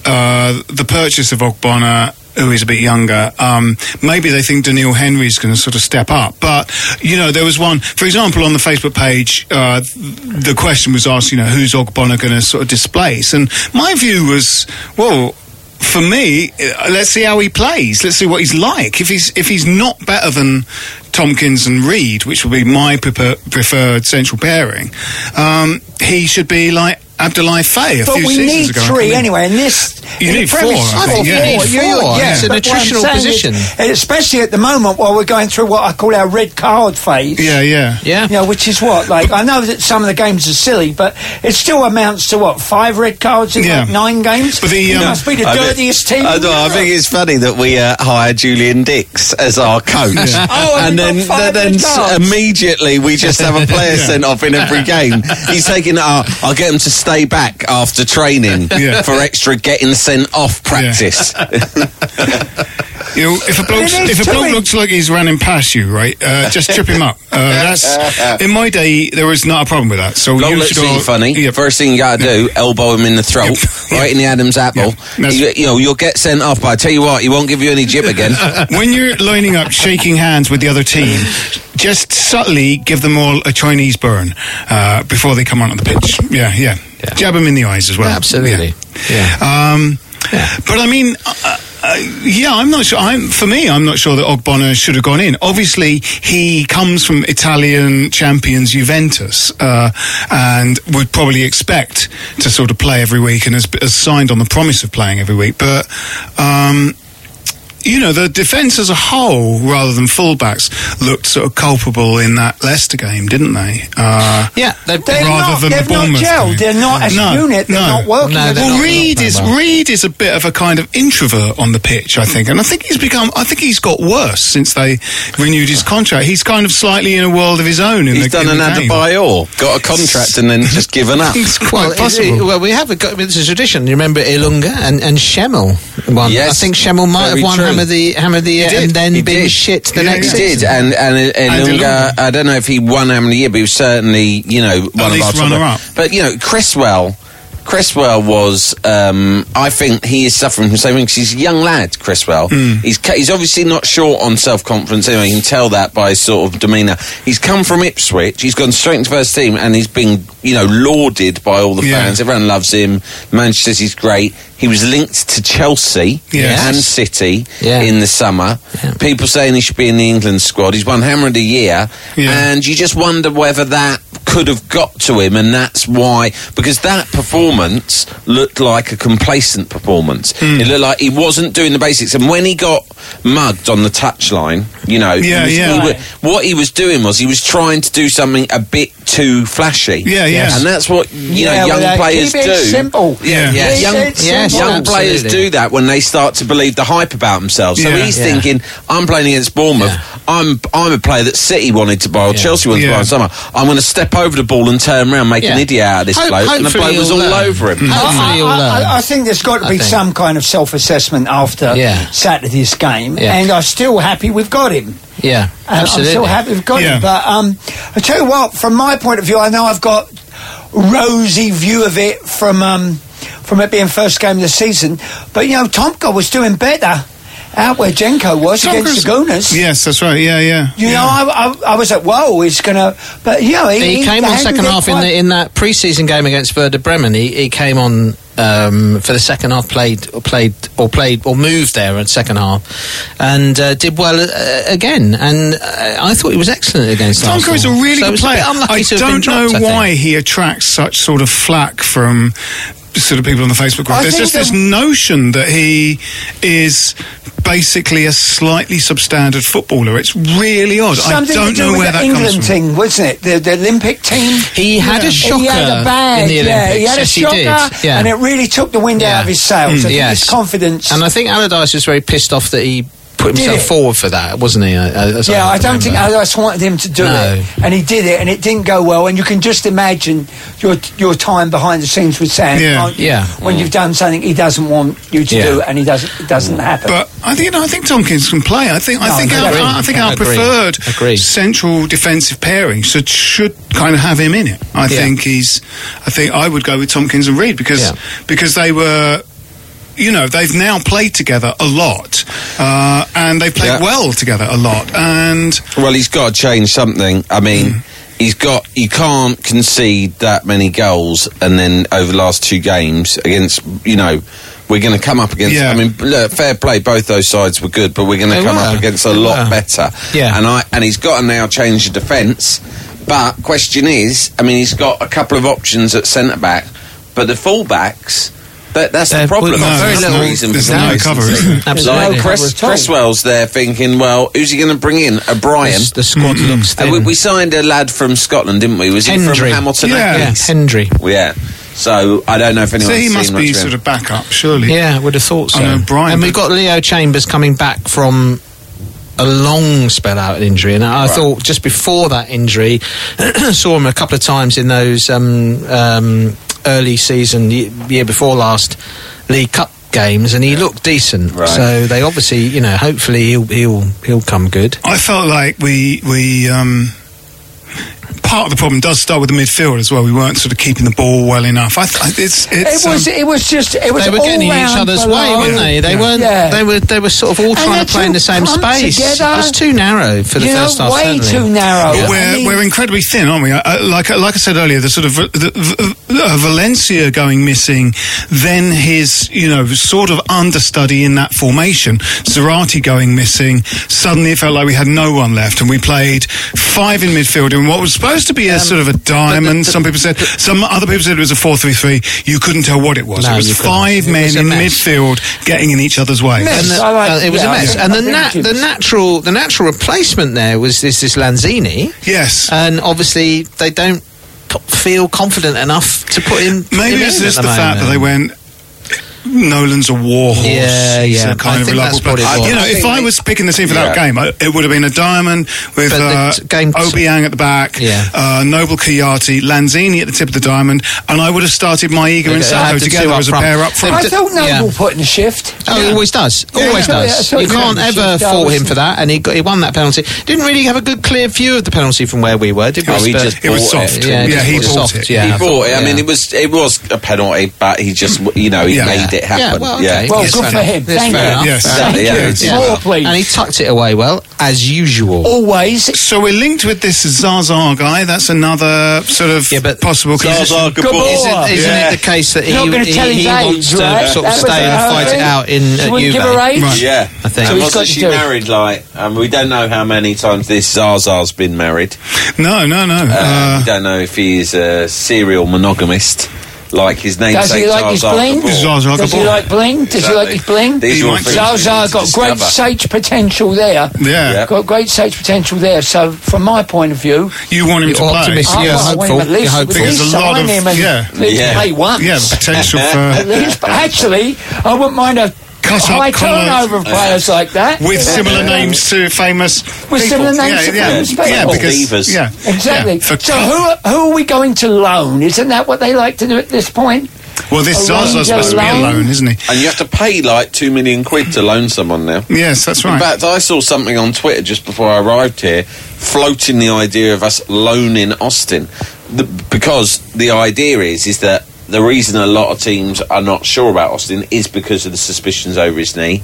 uh, the purchase of Ogbonna, who is a bit younger. Um, maybe they think Daniil Henry's going to sort of step up. But, you know, there was one, for example, on the Facebook page, uh, th- the question was asked, you know, who's Ogbonna going to sort of displace? And my view was, well, for me, uh, let's see how he plays. Let's see what he's like. If he's if he's not better than Tompkins and Reed, which would be my prefer- preferred central pairing, um, he should be like Abdoulaye Faye a but few we seasons need ago. I three think. anyway. And this, You in the need four, Premier- I Oh, think, yeah. four, You need four, yeah. It's a But what I'm nutritional saying is- position. and especially at the moment while we're going through what I call our red card phase. Yeah, yeah, yeah. You know, which is what like I know that some of the games are silly, but it still amounts to what five red cards in like nine games. But the No, must be the I think- dirtiest team. I, in know, I Europe. think it's funny that we uh, hire Julian Dix as our coach, Yeah. Oh, and and then we've got th- five then s- cards. immediately we just have a player Yeah. sent off in every game. He's taking. Uh, I'll get him to stay back after training Yeah. for extra getting sent off practice. You know, if a bloke It is if too a bloke in- looks like he's running past you, right, uh, just trip him up. Uh, that's in my day there was not a problem with that. So Bloke you looks should really all, funny. First thing you gotta do, elbow him in the throat, right in the Adam's apple. You, you know, you'll get sent off, but I tell you what, he won't give you any jib again. when you're lining up, shaking hands with the other team, just subtly give them all a Chinese burn uh, before they come onto the pitch. Yeah, yeah, Jab them in the eyes as well. Absolutely. Yeah. Um, But I mean. Uh, uh, yeah, I'm not sure. I'm, for me, I'm not sure that Ogbonna should have gone in. Obviously, he comes from Italian champions Juventus uh, and would probably expect to sort of play every week and has, has signed on the promise of playing every week. But um, you know, the defence as a whole, rather than fullbacks, looked sort of culpable in that Leicester game, didn't they? Uh, yeah, they've, rather not- than they've the not Bournemouth game. gelled. They're not as a no, unit. They're no. not working No, as a they're well, not- Reed not is very well. Reed is a bit of a kind of introvert on the pitch, I think, and I think he's become. I think he's got worse since they renewed his contract. He's kind of slightly in a world of his own. In He's the, done in an the game. Adebayor, got a contract, and then just given up. It's quite well, possible. well, we have a, got, I mean, it's a tradition. You remember Ilunga and, and Schemmel won. Yes, I think Schemmel might have very won true. Hammer the, Hammer the Year and then been shit the next he season. did, and and, and And Ilunga, Ilunga. I don't know if he won how many year, but he was certainly you know one of least our top- runner-up. But you know, Chriswell, Chriswell was. Um, I think he is suffering from the same thing. 'cause He's a young lad, Chriswell. Hmm. He's ca- he's obviously not short on self confidence. Anyway, you can tell that by his sort of demeanour. He's come from Ipswich. He's gone straight into first team, and he's been you know lauded by all the Yeah. fans. Everyone loves him. Manchester City's great. He was linked to Chelsea Yes. and City Yeah. in the summer. People saying he should be in the England squad. He's won Hammer of the Year, and you just wonder whether that could have got to him, and that's why because that performance looked like a complacent performance. Hmm. It looked like he wasn't doing the basics, and when he got mugged on the touchline, you know, he Yeah, was- yeah. he wa- what he was doing was he was trying to do something a bit too flashy. Yeah, yeah. and that's what you Yeah, know, young well, uh, players keep it do. simple. Yeah, Yeah. yeah, Keep young, it simple. young players Absolutely. do that when they start to believe the hype about themselves. So Yeah. he's Yeah. thinking, I'm playing against Bournemouth. I'm I'm a player that City wanted to buy or Chelsea wanted Yeah. to buy in summer. I'm going to step over the ball and turn around, make an Yeah. idiot out of this Ho- bloke. And the hopefully bloke was he'll uh, all learn. over him. I, I- I- I think there's got to I be think. some kind of self-assessment after Yeah. Saturday's game, Yeah. and I'm still happy we've got him. Yeah, And absolutely. I'm still happy we've got Yeah. him. But um, I tell you what, from my point of view, I know I've got rosy view of it from um, from it being first game of the season. But you know, Tomko was doing better out where Jenko was against the Gooners. Yes, that's right. Yeah, yeah. You know, I, I, I was like, whoa, he's gonna. But you know, he, he, came on handled second it half in quite- the in that preseason game against Werder Bremen. He, he came on um, for the second half, played or played or played or moved there in second half, and uh, did well uh, again. And uh, I thought he was excellent against. Tonko Arsenal. is a really So it good was player. bit unlucky I to have been don't know dropped, I think. why he attracts such sort of flack from sort of people on the Facebook group. I There's think just this that- notion that he is basically a slightly substandard footballer. It's really odd. Something I don't to do know with where the that England comes from. team, wasn't it? The, the Olympic team. He had a He had shocker a bag, in the Yeah, he Olympics. had Yes, a he shocker, did. Yeah. Hmm, and it really took the wind out of his sails. I think Yes. his confidence. And I think Allardyce was very pissed off that he put Did himself it? forward for that, wasn't he? I, I, as yeah, I don't remember. think Allardyce wanted him to do No. it, and he did it, and it didn't go well. And you can just imagine your your time behind the scenes with Sam. Yeah. can't you? Yeah. When you've done something he doesn't want you to Yeah. do, and he doesn't, it doesn't Mm. happen. But I think no, I think Tompkins can play. I think No, I think I our, agree. I think our Agree. preferred central defensive pairing should should kind of have him in it. I Yeah. think he's. I think I would go with Tompkins and Reed because because they were. You know they've now played together a lot, uh, and they've played Yeah. well together a lot. And Well, he's got to change something. I Mm. mean, he's got. You can't concede that many goals, and then over the last two games against, you know, we're going to come up against. Yeah. I mean, look, fair play, both those sides were good, but we're going to They come up were. against a They lot were. better. Yeah. and I and he's got to now change the defence. But question is, I mean, he's got a couple of options at centre back, but the full backs. That, that's They're- the problem. well, no, There's there's no no- reason there's for no no cover, consistency. isn't there? Absolutely. Like Cress, Cover at all. Oh. Cresswell's there thinking, well, who's he going to bring in? A Brian. The, the squad looks And thin. we, we signed a lad from Scotland, didn't we? Was he from Hendry. Hamilton? Yeah. Yeah, Acres? Yeah. So I don't know if anyone's so he seen must much be him. sort of backup, surely. Yeah, would have thought so. I know Brian, and but- we've got Leo Chambers coming back from a long spell out injury, and I Right. thought just before that injury, saw him a couple of times in those um, um, early season ye- year before last League Cup games, and he looked decent. Right. So they obviously, you know, hopefully he'll he'll he'll come good. I felt like we we um, part of the problem does start with the midfield as well. We weren't sort of keeping the ball well enough. I, th- it's it's It was. um, It was just. It was. They were all getting in each round other's way, below. weren't they? They Yeah. weren't. Yeah. They were. They were sort of all trying they're to play in too the same clumped space. together. It was too narrow for the You know, first half. way certainly. too narrow. But I we're, mean- we're incredibly thin, aren't we? Uh, Uh, like like I said earlier, the sort of uh, the, v- uh, Valencia going missing, then his you know sort of understudy in that formation, Zerati going missing. Suddenly, it felt like we had no one left, and we played five in midfield in what was supposed to be Um, a sort of a diamond. some people said, some other people said it was a four-three-three. You couldn't tell what it was. No, it was you couldn't. five It men was a in mess. midfield getting in each other's way. Mess. And the- I like- uh, it was yeah, a I mess. think- and I the, think nat- it's- the natural the natural replacement there was this this Lanzini, Yes. and obviously they don't co- feel confident enough to put him. him Maybe in it's just at the, the fact that moment. they went. Nolan's a war horse. Yeah, He's yeah. a kind I of think reliable that's what player. it was. You know, I if think I they- was picking the team for that Yeah. game, I, it would have been a diamond with But the uh, t- game- Obiang at the back, Yeah. uh, Noble Kiyati, Lanzini at the tip of the diamond, and I would have started Maiga Yeah, and they had Sato the together two up as a front. pair up front. I d- thought yeah. Noble put in shift. Oh, he always does. Yeah, always yeah. does. Yeah, yeah, you yeah. can't Yeah. ever Yeah. fault him for that, and he got, he won that penalty. Didn't really have a good clear view of the penalty from where we were, did we? Oh, he But- just It was bought soft. It. Yeah, just he was bought soft, it. Yeah, he bought it. I mean, yeah. it was it was a penalty, but he just you know he Yeah. made it happen. Yeah, well, okay. Yeah. Well, Yes, good fair for enough. him. That's Thank fair you. enough. Yes. Exactly, Thank yeah, you. it's- More, yeah. please. And he tucked it away well, as usual. Always. So we're linked with this Zaza guy. That's another sort of Yeah, but possible Zaza connection. Gabor. Isn't, isn't Yeah. it the case that he, You're not gonna he, tell his he age, wants to right? sort of That was stay and her fight thing. it out in She at wouldn't Juve? give her age. Right. Yeah, I think. So And he's wasn't got to she do it. married? Like, um, we don't know how many times this Zaza's been married. No, no, no. Um, Uh, we don't know if he's a serial monogamist, like his namesake Does he like his Zaza bling? Gabor. Zaza Gabor. Does he like bling? Does he like his bling? These He are all might- things we need Zaza to got great discover. sage potential there. yeah. Yeah. Got great sage potential there. So, from my point of view, You want him You're to play. optimistic. I Yeah, want hopeful. him at least, You're at hopeful. least There's a lot sign of- him and yeah. let him Yeah. play once. Yeah, the potential At for least, but actually, I wouldn't mind a Cut up high collars. turnover of players like that. with similar names to famous With people. similar names yeah, to yeah. famous yeah, people. because Divas. yeah, Exactly. Yeah, for- so who are, who are we going to loan? Isn't that what they like to do at this point? well, this Arrange Zaza's a supposed to be loan? alone, isn't he? And you have to pay like two million quid to loan someone now. Yes, that's In right. fact, I saw something on Twitter just before I arrived here, floating the idea of us loaning Austin, the, because the idea is is that the reason a lot of teams are not sure about Austin is because of the suspicions over his knee,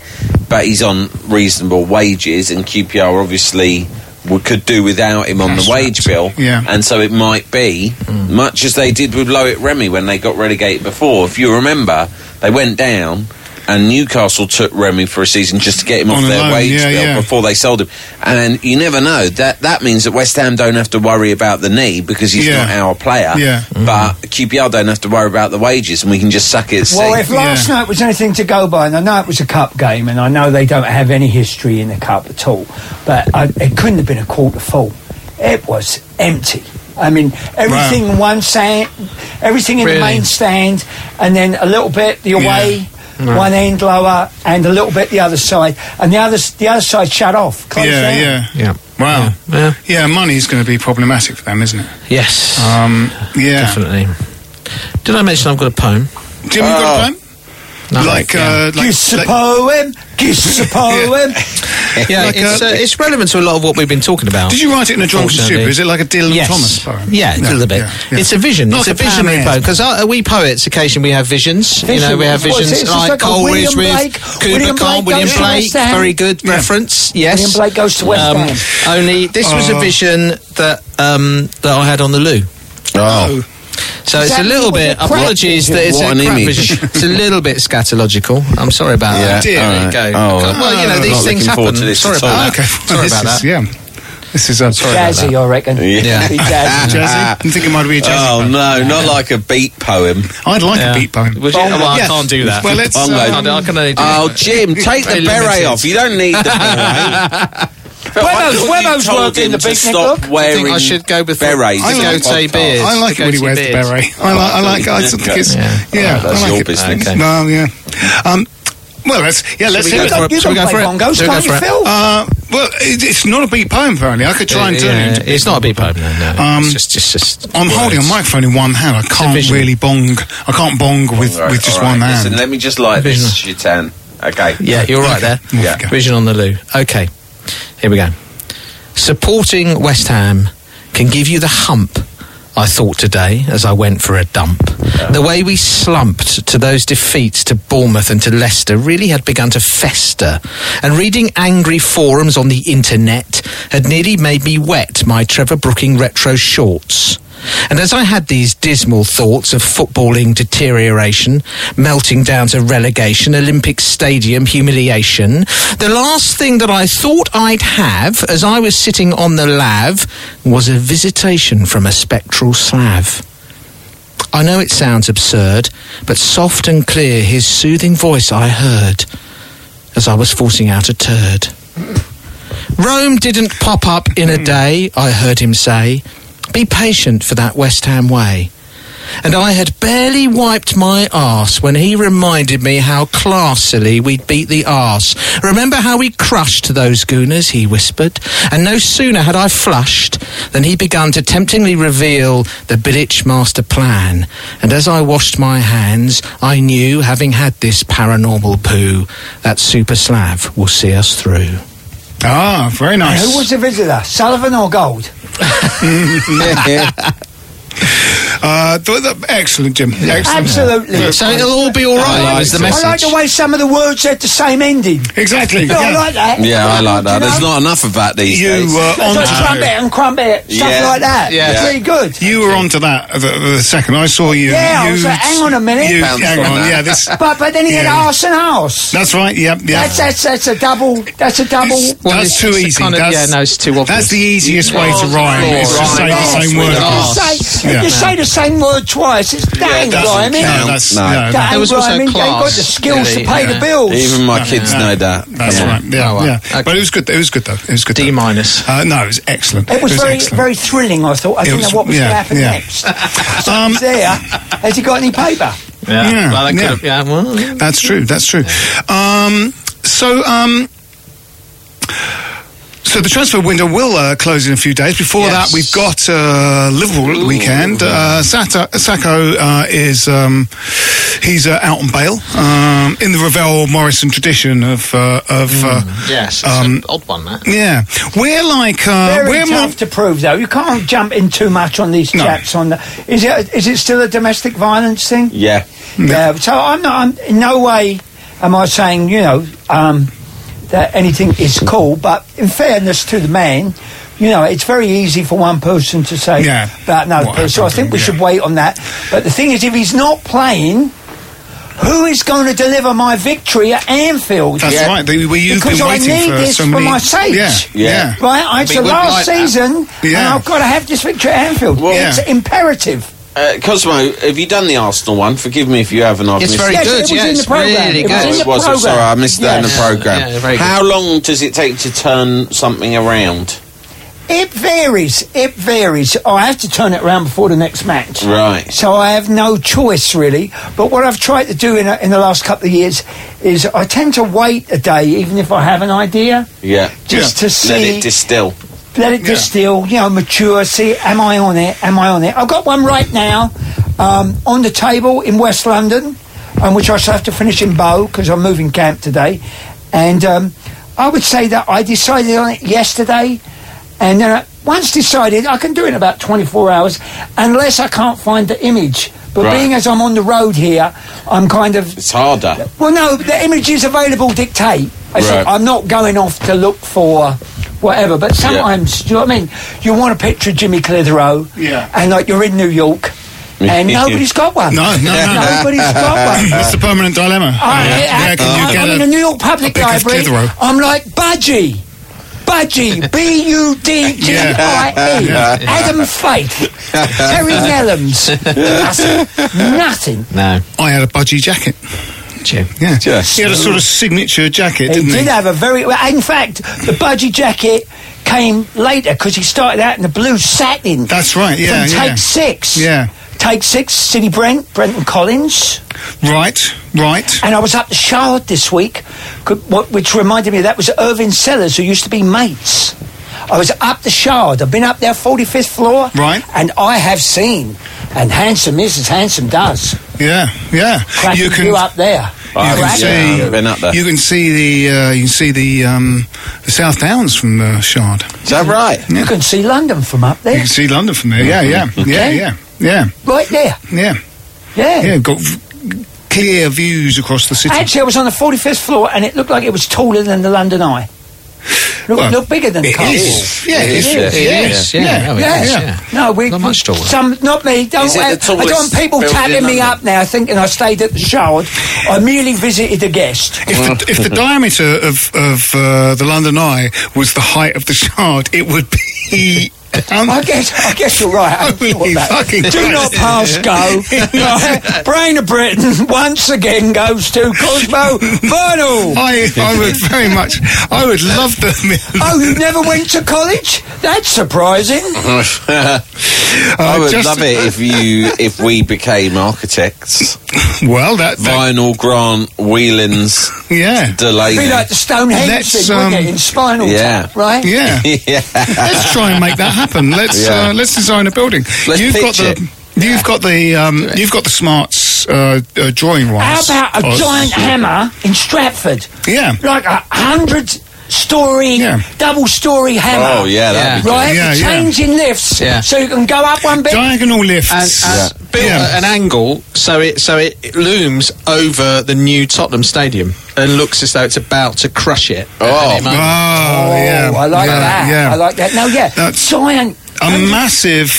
but he's on reasonable wages, and QPR obviously. We could do without him on the Cash wage strapped. bill, Yeah. and so it might be Mm. much as they did with Lowick Remy when they got relegated before. If you remember, they went down, and Newcastle took Remy for a season just to get him On off a their loan, wage yeah, bill yeah. before they sold him. And you never know that that means that West Ham don't have to worry about the knee because he's Yeah. not our player. Yeah. But Mm-hmm. QPR don't have to worry about the wages, and we can just suck it. at Well, sea. if last Yeah. night was anything to go by, and I know it was a cup game, and I know they don't have any history in the cup at all, but I, it couldn't have been a quarter full. It was empty. I mean, everything in one stand, everything in the Really? main stand, and then a little bit the away, one end lower, and a little bit the other side, and the other s- the other side shut off. Yeah, Closed down. yeah, Yeah. Wow. Yeah. Yeah, money's going to be problematic for them, isn't it? Yes. Um, yeah. Definitely. Did I mention I've got a poem? Ah. Jim, you got a Oh. plan? like, uh, like, Kiss a like- poem, kiss a poem. yeah, like it's, a- uh, it's relevant to a lot of what we've been talking about. did you write it in a drunken Fortunately. stupor? Is it like a Dylan yes. Thomas poem? Yeah, it's No, a little bit. yeah, yeah. It's a vision. Like it's a, vision visionary. poem. Because are, are we poets? Occasionally we have visions. You know, Vision. we have Well, it's- visions it's like like a Coleridge William with Blake- Cooper William Kahn, Blake William goes to Blake. West Ham. Very good Yeah. reference. Yes. William Blake goes to West Um, Ham. Only this was a Oh. vision that um, that I had on the loo. oh, So Does it's a that little mean it bit. was a crap Apologies, vision? that it's What a an crap image. vision. it's a little bit scatological. I'm sorry about Yeah, that. dear. There you Alright. go. Oh, well, you know I'm these not things looking forward happen. to this Sorry at all. about that. Okay, Sorry this about is, that. Yeah. This is. Uh, Sorry about that. Ah. I reckon. Yeah. Be jazzy. Jazzy? You think it might be a jazzy Oh no, not like a beat poem. I'd like a beat poem. Would you- well, I can't do that. Well, let's. I'm uh, going- I can only do- oh, Jim, take the Very beret limited. off. You don't need the beret. Webbo's- Webbo's worked in the big big Stop network. I wearing think I should go with berets. I on like- the podcast. beard. I like it when he wears the Goatee beard. beret. I like. I like. I think it's. Yeah. Alright, that's I like your it. business. Okay. Well, yeah. Um, well, let's yeah. Let's we hear go it. for it? You Shall don't we go play for it? bongos, Shall we go can't you, for it? Phil? Uh, well, it, it's not a beat poem. Apparently, I could try and turn it. Yeah, into- It's not a beat poem. No, no. Um, it's just, just, just I'm holding a words. microphone in one hand. I can't vision. really bong. I can't bong with All right, with just all right. one Listen, hand. let me just light this shitan. Okay. Yeah, you're right there. Yeah. Okay. Vision on the loo. Okay, here we go. Supporting West Ham can give you the hump. I thought today as I went for a dump. The way we slumped to those defeats to Bournemouth and to Leicester really had begun to fester, and reading angry forums on the internet had nearly made me wet my Trevor Brooking retro shorts. And as I had these dismal thoughts of footballing deterioration, melting down to relegation, Olympic Stadium humiliation, the last thing that I thought I'd have as I was sitting on the lav was a visitation from a spectral Slav. I know it sounds absurd, but soft and clear his soothing voice I heard as I was forcing out a turd. Rome didn't pop up in a day, I heard him say. Be patient for that West Ham way. And I had barely wiped my arse when he reminded me how classily we'd beat the arse. Remember how we crushed those gooners, he whispered. And no sooner had I flushed than he begun to temptingly reveal the Bilic master plan. And as I washed my hands, I knew, having had this paranormal poo, that Super Slav will see us through. Ah, very nice. Who was the visitor, Sullivan or Gold? Uh, th- th- excellent, Jim. Excellent. Absolutely. So it'll all be all right. I is the like message. I like the way some of the words had the same ending. Exactly. No, I yeah. like that. Yeah, I like that. You There's know? not enough of that these You uh, days. were on Just crumbit and crumbit, stuff Yeah. like that. Yeah. It's really good. You were onto that uh, the, the second I saw you. Yeah, I you, was like, hang on a minute. You, Bounced hang on on. that. Yeah, this. But but then he had Yeah. arse and arse. That's right. Yep. Yeah. That's that's that's a double. That's a double. It's- Well, it's- that's too it's easy. kind of- that's, yeah, no, it's too obvious. That's the easiest way to Oh, rhyme. Lord. It's just say Rhyme. the same Yes, word. with across. arse. Say, Yeah. If you say the same word twice, it's that ain't doesn't rhyming. No, count. That that's No. no. There ain't was also rhyming. You ain't got the class, skills to really, pay yeah. the bills. Even my kids no. know that. That's Come on. right. Yeah, Oh, well. yeah. Okay. But it was good. It was good though. It was good. D though. minus. Uh, no, it was excellent. It was, very, excellent. very thrilling. I thought. I didn't was- know what was yeah, going to happen yeah. next. So he's there. Has he got any paper? Yeah. Yeah, Well, that yeah. could've- yeah, well, That's true. That's true. Um, so, um, so the transfer window will uh, close in a few days. Before Yes. that, we've got uh, Liverpool at the weekend. Uh, Sata, Sacco uh, is um, he's uh, out on bail um, in the Ravel Morrison tradition of uh, of Mm. uh, Yes. It's Um, an odd one, that. yeah. We're like uh, Very we're tough more, to prove, though. You can't jump in too much on these No. chaps. On the, is it is it still a domestic violence thing? Yeah. Yeah. So I'm not. I'm, in no way am I saying you know um, that anything is cool. But in fairness to the man, you know, it's very easy for one person to say Yeah. about another What person. So I happened, think we yeah. should wait on that. But the thing is, if he's not playing. Who is going to deliver my victory at Anfield? That's right. They, we, you've because been I waiting need for this so for many. my sakes. Yeah, yeah. Right, I- it's We the would last like that. season, and Yeah. I've got to have this victory at Anfield. Well- it's Yeah. imperative. Uh, Cosmo, have you done the Arsenal one? Forgive me if you haven't. I've It's missed very it. Yes, good. it was yeah, in the it's programme. Really It was good. in the It was, I'm sorry, I missed that in Yes. the program. Yeah, very good. How long does it take to turn something around? It varies. It varies. I have to turn it around before the next match. Right. So I have no choice really. But what I've tried to do in, in the last couple of years is I tend to wait a day, even if I have an idea, Yeah. just to see Let it distill. let it Yeah. distill, you know, mature. See, am I on it? Am I on it? I've got one right now um, on the table in West London, um, which I shall have to finish in Bow because I'm moving camp today. And um, I would say that I decided on it yesterday, and then I, once decided, I can do it in about 24 hours, unless I can't find the image. But Right. being as I'm on the road here, I'm kind of It's harder. well, no, the images available dictate. I said, Right. I'm not going off to look for whatever, but sometimes, do you know what I mean? You want a picture of Jimmy Clitheroe, Yeah. and like you're in New York, and nobody's got one. No, no, no. nobody's got one. That's the uh, permanent dilemma. I, yeah, can you I, get am a- in the New York Public pick of Library. Clitheroe? I'm like Budgie. Budgie, B U D G I E, Yeah. Adam Faith, Terry Nellums, nothing. No. I had a budgie jacket. Yeah. He had a sort of signature jacket, He didn't he? did have a very. well, In fact, the budgie jacket came later because he started out in the blue satin. That's right. Yeah. from yeah. Take Six. Yeah. Take Six, City Brent, Brenton Collins. Right, right. And I was up the Shard this week, could- wh- which reminded me that was Irving Sellers, who used to be mates. I was up the Shard. I've been up there, 45th floor. Right. And I have seen, and handsome is as handsome does. Yeah, yeah. Cracking you up there. You can, Cracking see, you. you can see the uh, you can see the um, the South Downs from the Shard. Is that right? You can see London from up there. You can see London from there. Yeah, yeah, yeah, Okay. yeah, yeah, Right there. yeah. Yeah. Yeah, got v- clear views across the city. Actually, I was on the 45th floor, and it looked like it was taller than the London Eye. Look, Well, looked bigger than it Castle. is. Yeah, it It is. is. It is. Yeah. Yeah. Oh, it is, yeah. No, we Not much taller. Some, not me. Don't. Is it the have- I don't want tallest people building in tabbing me London? up now, thinking I stayed at the Shard. I merely visited a guest. If the, if the diameter of of uh, the London Eye was the height of the Shard, it would be. I guess I guess you're right. I hadn't thought Holy that. fucking Do not pass Christ. go. Right. Brain of Britain once again goes to Cosmo Vinyl. I, I would very much. I would love them. oh, you never went to college? That's surprising. I would Uh, just- love it if you if we became architects. Well, that, vinyl Grant Whelan's yeah delay. Be like the Stonehenge Let's, thing, um, wouldn't it? In Spinal yeah. Tap, right? Yeah. yeah. let's try and make that happen. Let's Yeah. uh, let's design a building. Let's you've got pitch the it. you've got the um, you've got the smarts uh, uh, drawing How wise. about a Oz. giant hammer in Stratford? Yeah, Like a hundred story, double story hammer. Oh, yeah, that'd be Right? good. The Yeah, yeah. Changing lifts Yeah. so you can go up one bit. diagonal lifts. and built at an angle so it so it, it looms over the new Tottenham Stadium and looks as though it's about to crush it. at Oh. any moment. Oh, yeah. I like Yeah, that. yeah. I like that. No, yeah. giant. a massive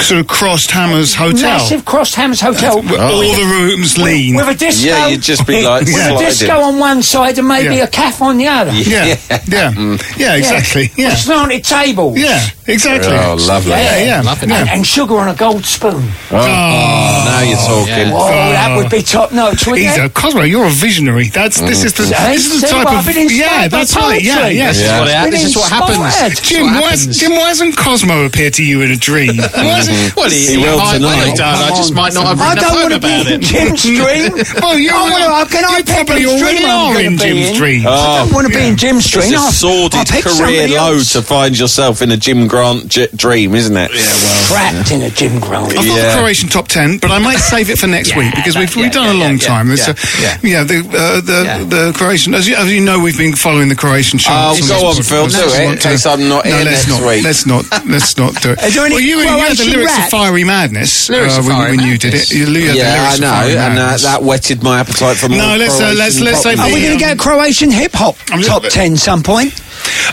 sort of crossed hammers hotel. Massive crossed hammers hotel. With all the rooms lean. With a disco. Yeah, you'd just be like with a sliding. disco on one side and maybe Yeah. a calf on the other. Yeah, yeah, yeah, exactly. Yeah, Yeah. With slanted tables. yeah, exactly. Oh, lovely. Yeah, yeah, And, and sugar on a gold spoon. Oh, now you're talking. Oh, that would be top notch, wouldn't uh, He's it? a Cosmo. You're a visionary. That's this is the Mm. this is the See, type well, of I've been yeah. inspired by That's right. Yeah, poetry. yeah. This is what it- Been this is what happens. inspired. Jim, What why is- happens. Jim, why hasn't Cosmo appear to you in a dream? Why is it- Well, he- He will I might tonight. have done, I Come just on. might not have I written a don't poem want to about be in it. Jim's dream. Well, you're I wanna- can I Oh, you pick probably which already dream I'm are gonna in be Jim's in? dream. I Oh, don't want to be in Jim's dream. It's I'll- a I'll sordid pick career somebody low else. to find yourself in a Jim Grant j- dream, isn't it? Yeah, well. Trapped in a Jim Grant. I've got Yeah. the Croatian top ten, but I might save it for next Yeah, week because that- we've, yeah, we've done yeah, a long yeah, time. yeah, It's a- yeah. yeah, the uh, the Yeah. the Croatian. As you, as you know, we've been following the Croatian Oh, charts. and go that's on, what- Phil, that's do what I it, in want to- case I'm not no, in next let's not. week. Let's not. Let's not do it. Is there any well, you, you had the Croatian lyrics rap? of Fiery Madness Lyrics uh, of when, Fiery when you did Madness. it. You, you had the yeah, lyrics I of know, Fiery and uh, Madness. that whetted my appetite for more. No, let's, uh, Croatian let's- let's pop save music. Are we the, going um, to get a Croatian hip hop I'm just- top 10 some point?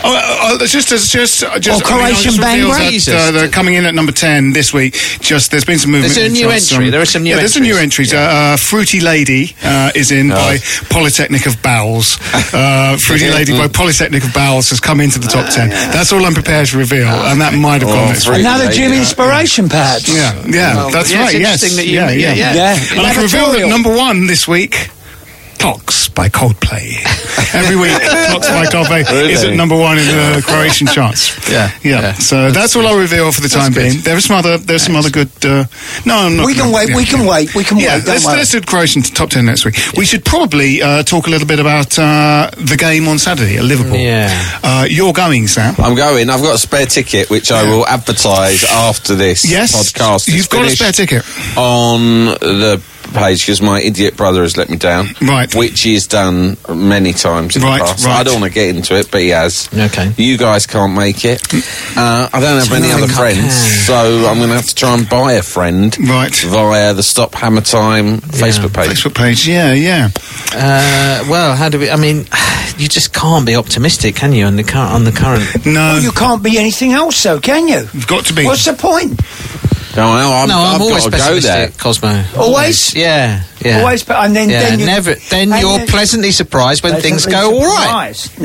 Oh, uh, uh, just as just uh, just Or I mean, I Croatian just band revealed race. that, uh, they're coming in at number ten this week. Just there's been some movement. There's a in new terms of entry. There are some new yeah, There's some new entries. Uh, uh, Fruity Lady uh, is in by Polytechnic of Bowels. Uh, Fruity Lady by Polytechnic of Bowels has come into the top ten. That's all I'm prepared to reveal, and that might have Oh, gone next Fruity week. Another Lady, Jim yeah. inspiration, perhaps. Yeah, yeah, Well, that's yeah, it's right. Yes, interesting that you- yeah, yeah, yeah, yeah. And I can reveal that Laboratorial. number one this week. Clocks by Coldplay. Every week, Clocks by Coldplay is at Really? number one in the Croatian charts. Yeah, yeah. So that's, all I'll reveal for the time good. being. There's some other, there's some other good. Uh, no, I'm not. We can no, wait, yeah, we can yeah. wait, we can Yeah, wait. Don't let's, worry. let's do Croatian top ten next week. We should probably uh, talk a little bit about uh, the game on Saturday at Liverpool. Yeah. uh, you're going, Sam. I'm going. I've got a spare ticket, which I will advertise after this Yes, podcast. is You've got a finished spare ticket. on the page because my idiot brother has let me down. Right. which he's done many times in Right, the past. right. I don't want to get into it, but he has. Okay. You guys can't make it. Uh, I don't have any other friends, so I'm going to have to try and buy a friend Right. via the Stop Hammer Time Facebook page. Facebook page. Yeah, yeah. Uh, well, how do we? I mean, you just can't be optimistic, can you? On the current, on the current. No, You can't be anything else, though, can you? you've got to be. What's the point? Go on, Al, I'm, no, I'm I've always got to go there. pessimistic, Cosmo. Always? yeah, yeah. Always, but and then, Yeah, then you never. Then and you're then- pleasantly surprised when things go Pleasantly all right. surprised.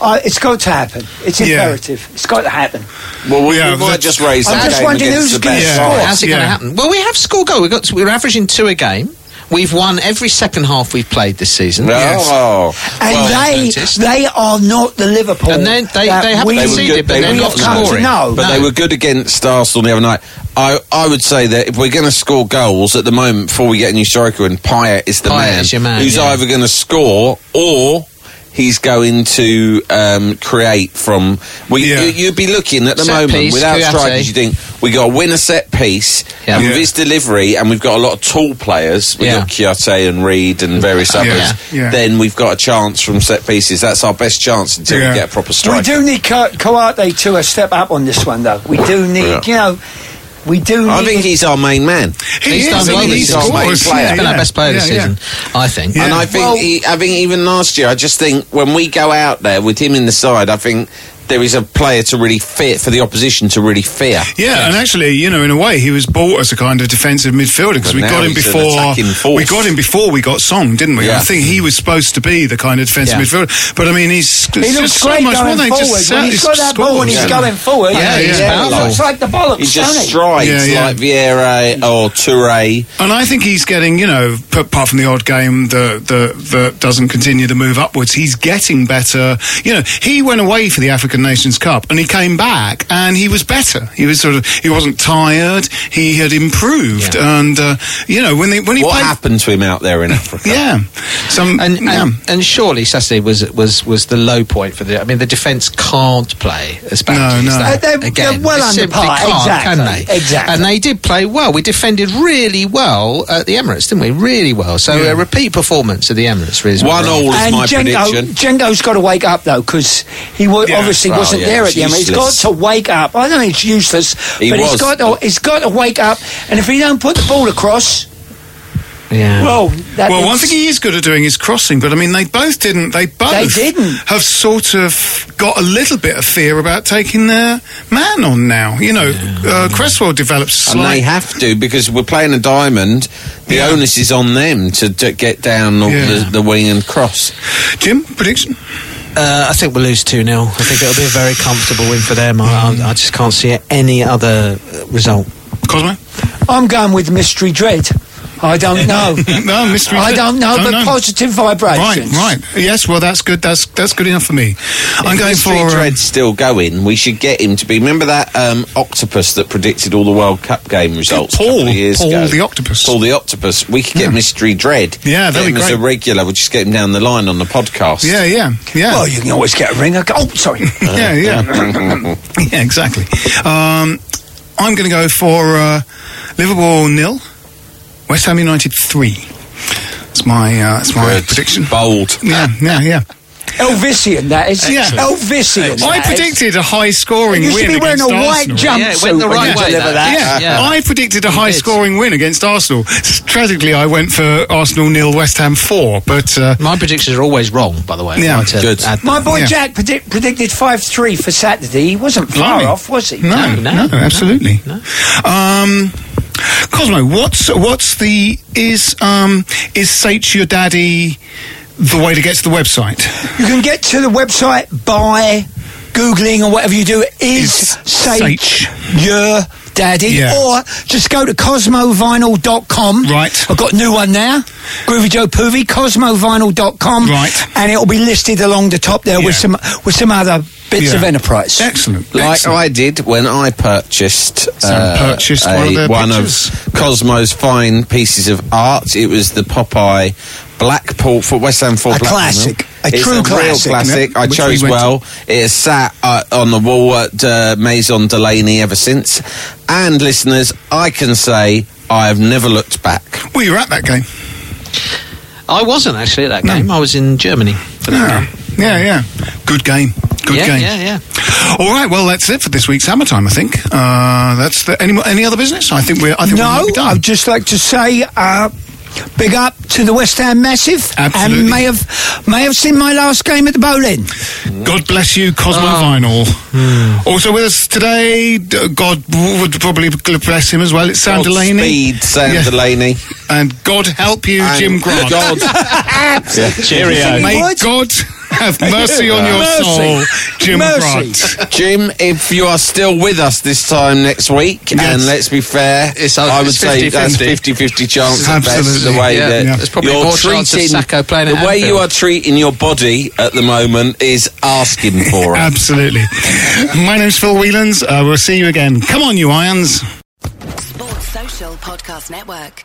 No, uh, it's got to happen. It's Yeah. imperative. It's got to happen. Well, we, Yeah, we might that's- just raise I'm that just game wondering against who's the gonna best score. side. How's it going to happen? Well, we have score goal. We've got we're averaging two a game. We've won every second half we've played this season. No. And they they are not the Liverpool. And then they- that they haven't we- They were conceded, good. but They they're were not not come to scoring, know. but No. they were good against Arsenal the other night. I, I would say that if we're going to score goals at the moment, before we get a new striker, and Payet is the Payet man, is your man, who's yeah. either going to score or he's going to um, create from. We, you, you'd be looking at the Set moment piece, without Kouyaté. strikers. You think we got to win a set piece, Yeah. and Yeah. with his delivery, and we've got a lot of tall players. We've Yeah. got Kiote and Reed and various Yeah. others. Yeah. Then we've got a chance from set pieces. That's our best chance until Yeah. we get a proper We strike. do need Ko- Coate to uh, step up on this one, though. We do need, Yeah. you know, we do. I need think he's our main man. He He's done well this He's season. our main He's player. been our best player this season, I think. And I think, he, I think even last year, I just think when we go out there with him in the side, I think there is a player to really fear for the opposition to really fear. Yeah, and actually, you know, in a way, he was bought as a kind of defensive midfielder because But we now got him he's an attacking before force. we got him before we got Song, didn't we? Yeah. I think he was supposed to be the kind of defensive Yeah. midfielder, but I mean, he's He it's looks just so great much more going than forward. just when he's got that ball and he's going forward, Yeah, he's he powerful. looks like the bollocks, He just doesn't he? strides Yeah, yeah. like Vieira or Toure. And I think he's getting, you know, p- apart from the odd game that that, that doesn't continue the move upwards, he's getting better. You know, he went away for the African Nations Cup and he came back and he was better. He was sort of he wasn't tired. He had improved, and uh, you know when they when he What played. happened to him out there in Africa? Yeah, some And, and, yeah. and surely Saturday was was was the low point for the. I mean, the defence can't play as No, badly no. as Uh, that they're- they're again. well They under simply par, can't, exactly, can they? exactly. And they did play well. We defended really well at the Emirates, didn't we? Really well. So a repeat performance at the Emirates is One all is And my Django, prediction. Django's got to wake up though, because he wa- Yeah. obviously Well, wasn't yeah, there at it's the end. He's got useless. to wake up. I know it's useless, He but he's was. got to he's got to wake up. And if he don't put the ball across, Yeah. well, that well, one is- thing he is good at doing is crossing, but I mean, they both didn't. They both They didn't. have sort of got a little bit of fear about taking their man on now. You know, uh, Cresswell develops And slight they have to because we're playing a diamond. The onus is on them to, to get down the, Yeah. the, the wing and cross. Jim, prediction? Uh, I think we'll lose 2 0. I think it'll be a very comfortable win for them. I, I, I just can't see any other uh, result. Cosmo? I'm going with mystery dread. I don't know. no, mystery. I don't know, No, but no. positive vibrations. Right, right. Yes, well, that's good. That's that's good enough for me. I'm going for. Dread's um, still going. We should get him to be. Remember that um, octopus that predicted all the World Cup game results? a couple Paul- of years Paul ago? the octopus. Paul the octopus. We could get Yeah. Mystery Dread. Yeah, get that'd him be as a great. regular. We'll just get him down the line on the podcast. Yeah, yeah, yeah. Well, Oh, you can always get a ringer. Oh, sorry. yeah, yeah, yeah. Exactly. Um, I'm going to go for uh, Liverpool nil, West Ham United three. That's my uh, that's my Good. prediction. Bold. Yeah, yeah, yeah. Elvisian, that is. Yeah. Elvisian. I that is. predicted a high scoring You win. should be wearing against a white Arsenal. jumpsuit. Yeah, it went the when right you way, deliver though. that. Yeah, Yeah. I predicted a You high did. scoring win against Arsenal. Tragically, I went for Arsenal nil, West Ham four. But uh, My predictions are always wrong, by the way. Yeah. I'd like to Good. add that. My boy Yeah. Jack predict, predicted 5 3 for Saturday. He wasn't far Blimey. off, was he? No, No, no, no, absolutely. Um, Cosmo, what's what's the is um is Sage your daddy the way to get to the website? You can get to the website by Googling or whatever you do. Is Sage Sage. your daddy? Yeah. Or just go to cosmovinyl.com. Right. I've got a new one now. Groovy Joe Poovy, cosmovinyl.com. Right. And it'll be listed along the top there with Yeah. some with some other bits Yeah. of enterprise. Excellent. Like excellent. I did when I purchased, uh, purchased one of their pictures. Cosmo's fine pieces of art. It was the Popeye Blackpool for West Ham Four A Blackpool. classic. A it's true a classic. Real classic. Yep, I which we chose went to. well. It has sat uh, on the wall at uh, Maison Delaney ever since. And listeners, I can say I have never looked back. well, you were at that game. I wasn't actually at that game. I was in Germany for that Yeah, game. yeah, yeah. Good game. Good yeah, game. yeah, yeah. All right. Well, that's it for this week's Hammer Time. I think uh, that's the, any mo- any other business. I think we're. I think we no, might be done. I'd just like to say uh, Big up to the West Ham massive, and may have may have seen my last game at the bowling. God bless you, Cosmo Vinyl. Also with us today, d- God would probably bless him as well. It's Sam Delaney. Godspeed, Sam Yeah. Delaney. And God help you, And Jim Grant. God- Yeah. Cheerio. May What? God have mercy on your Mercy. soul, Jim Grant. Jim, if you are still with us this time next week, and let's be fair, I would it's say that's 50-50. 50-50 chance that that's Absolutely, the way yeah, that yeah. There's probably you're more treating chance of Sacco playing the at way you Anfield. are treating your body at the moment is asking for it. Absolutely. My name's Phil Whelans. Uh, we'll see you again. Come on, you irons. Sports Social Podcast Network.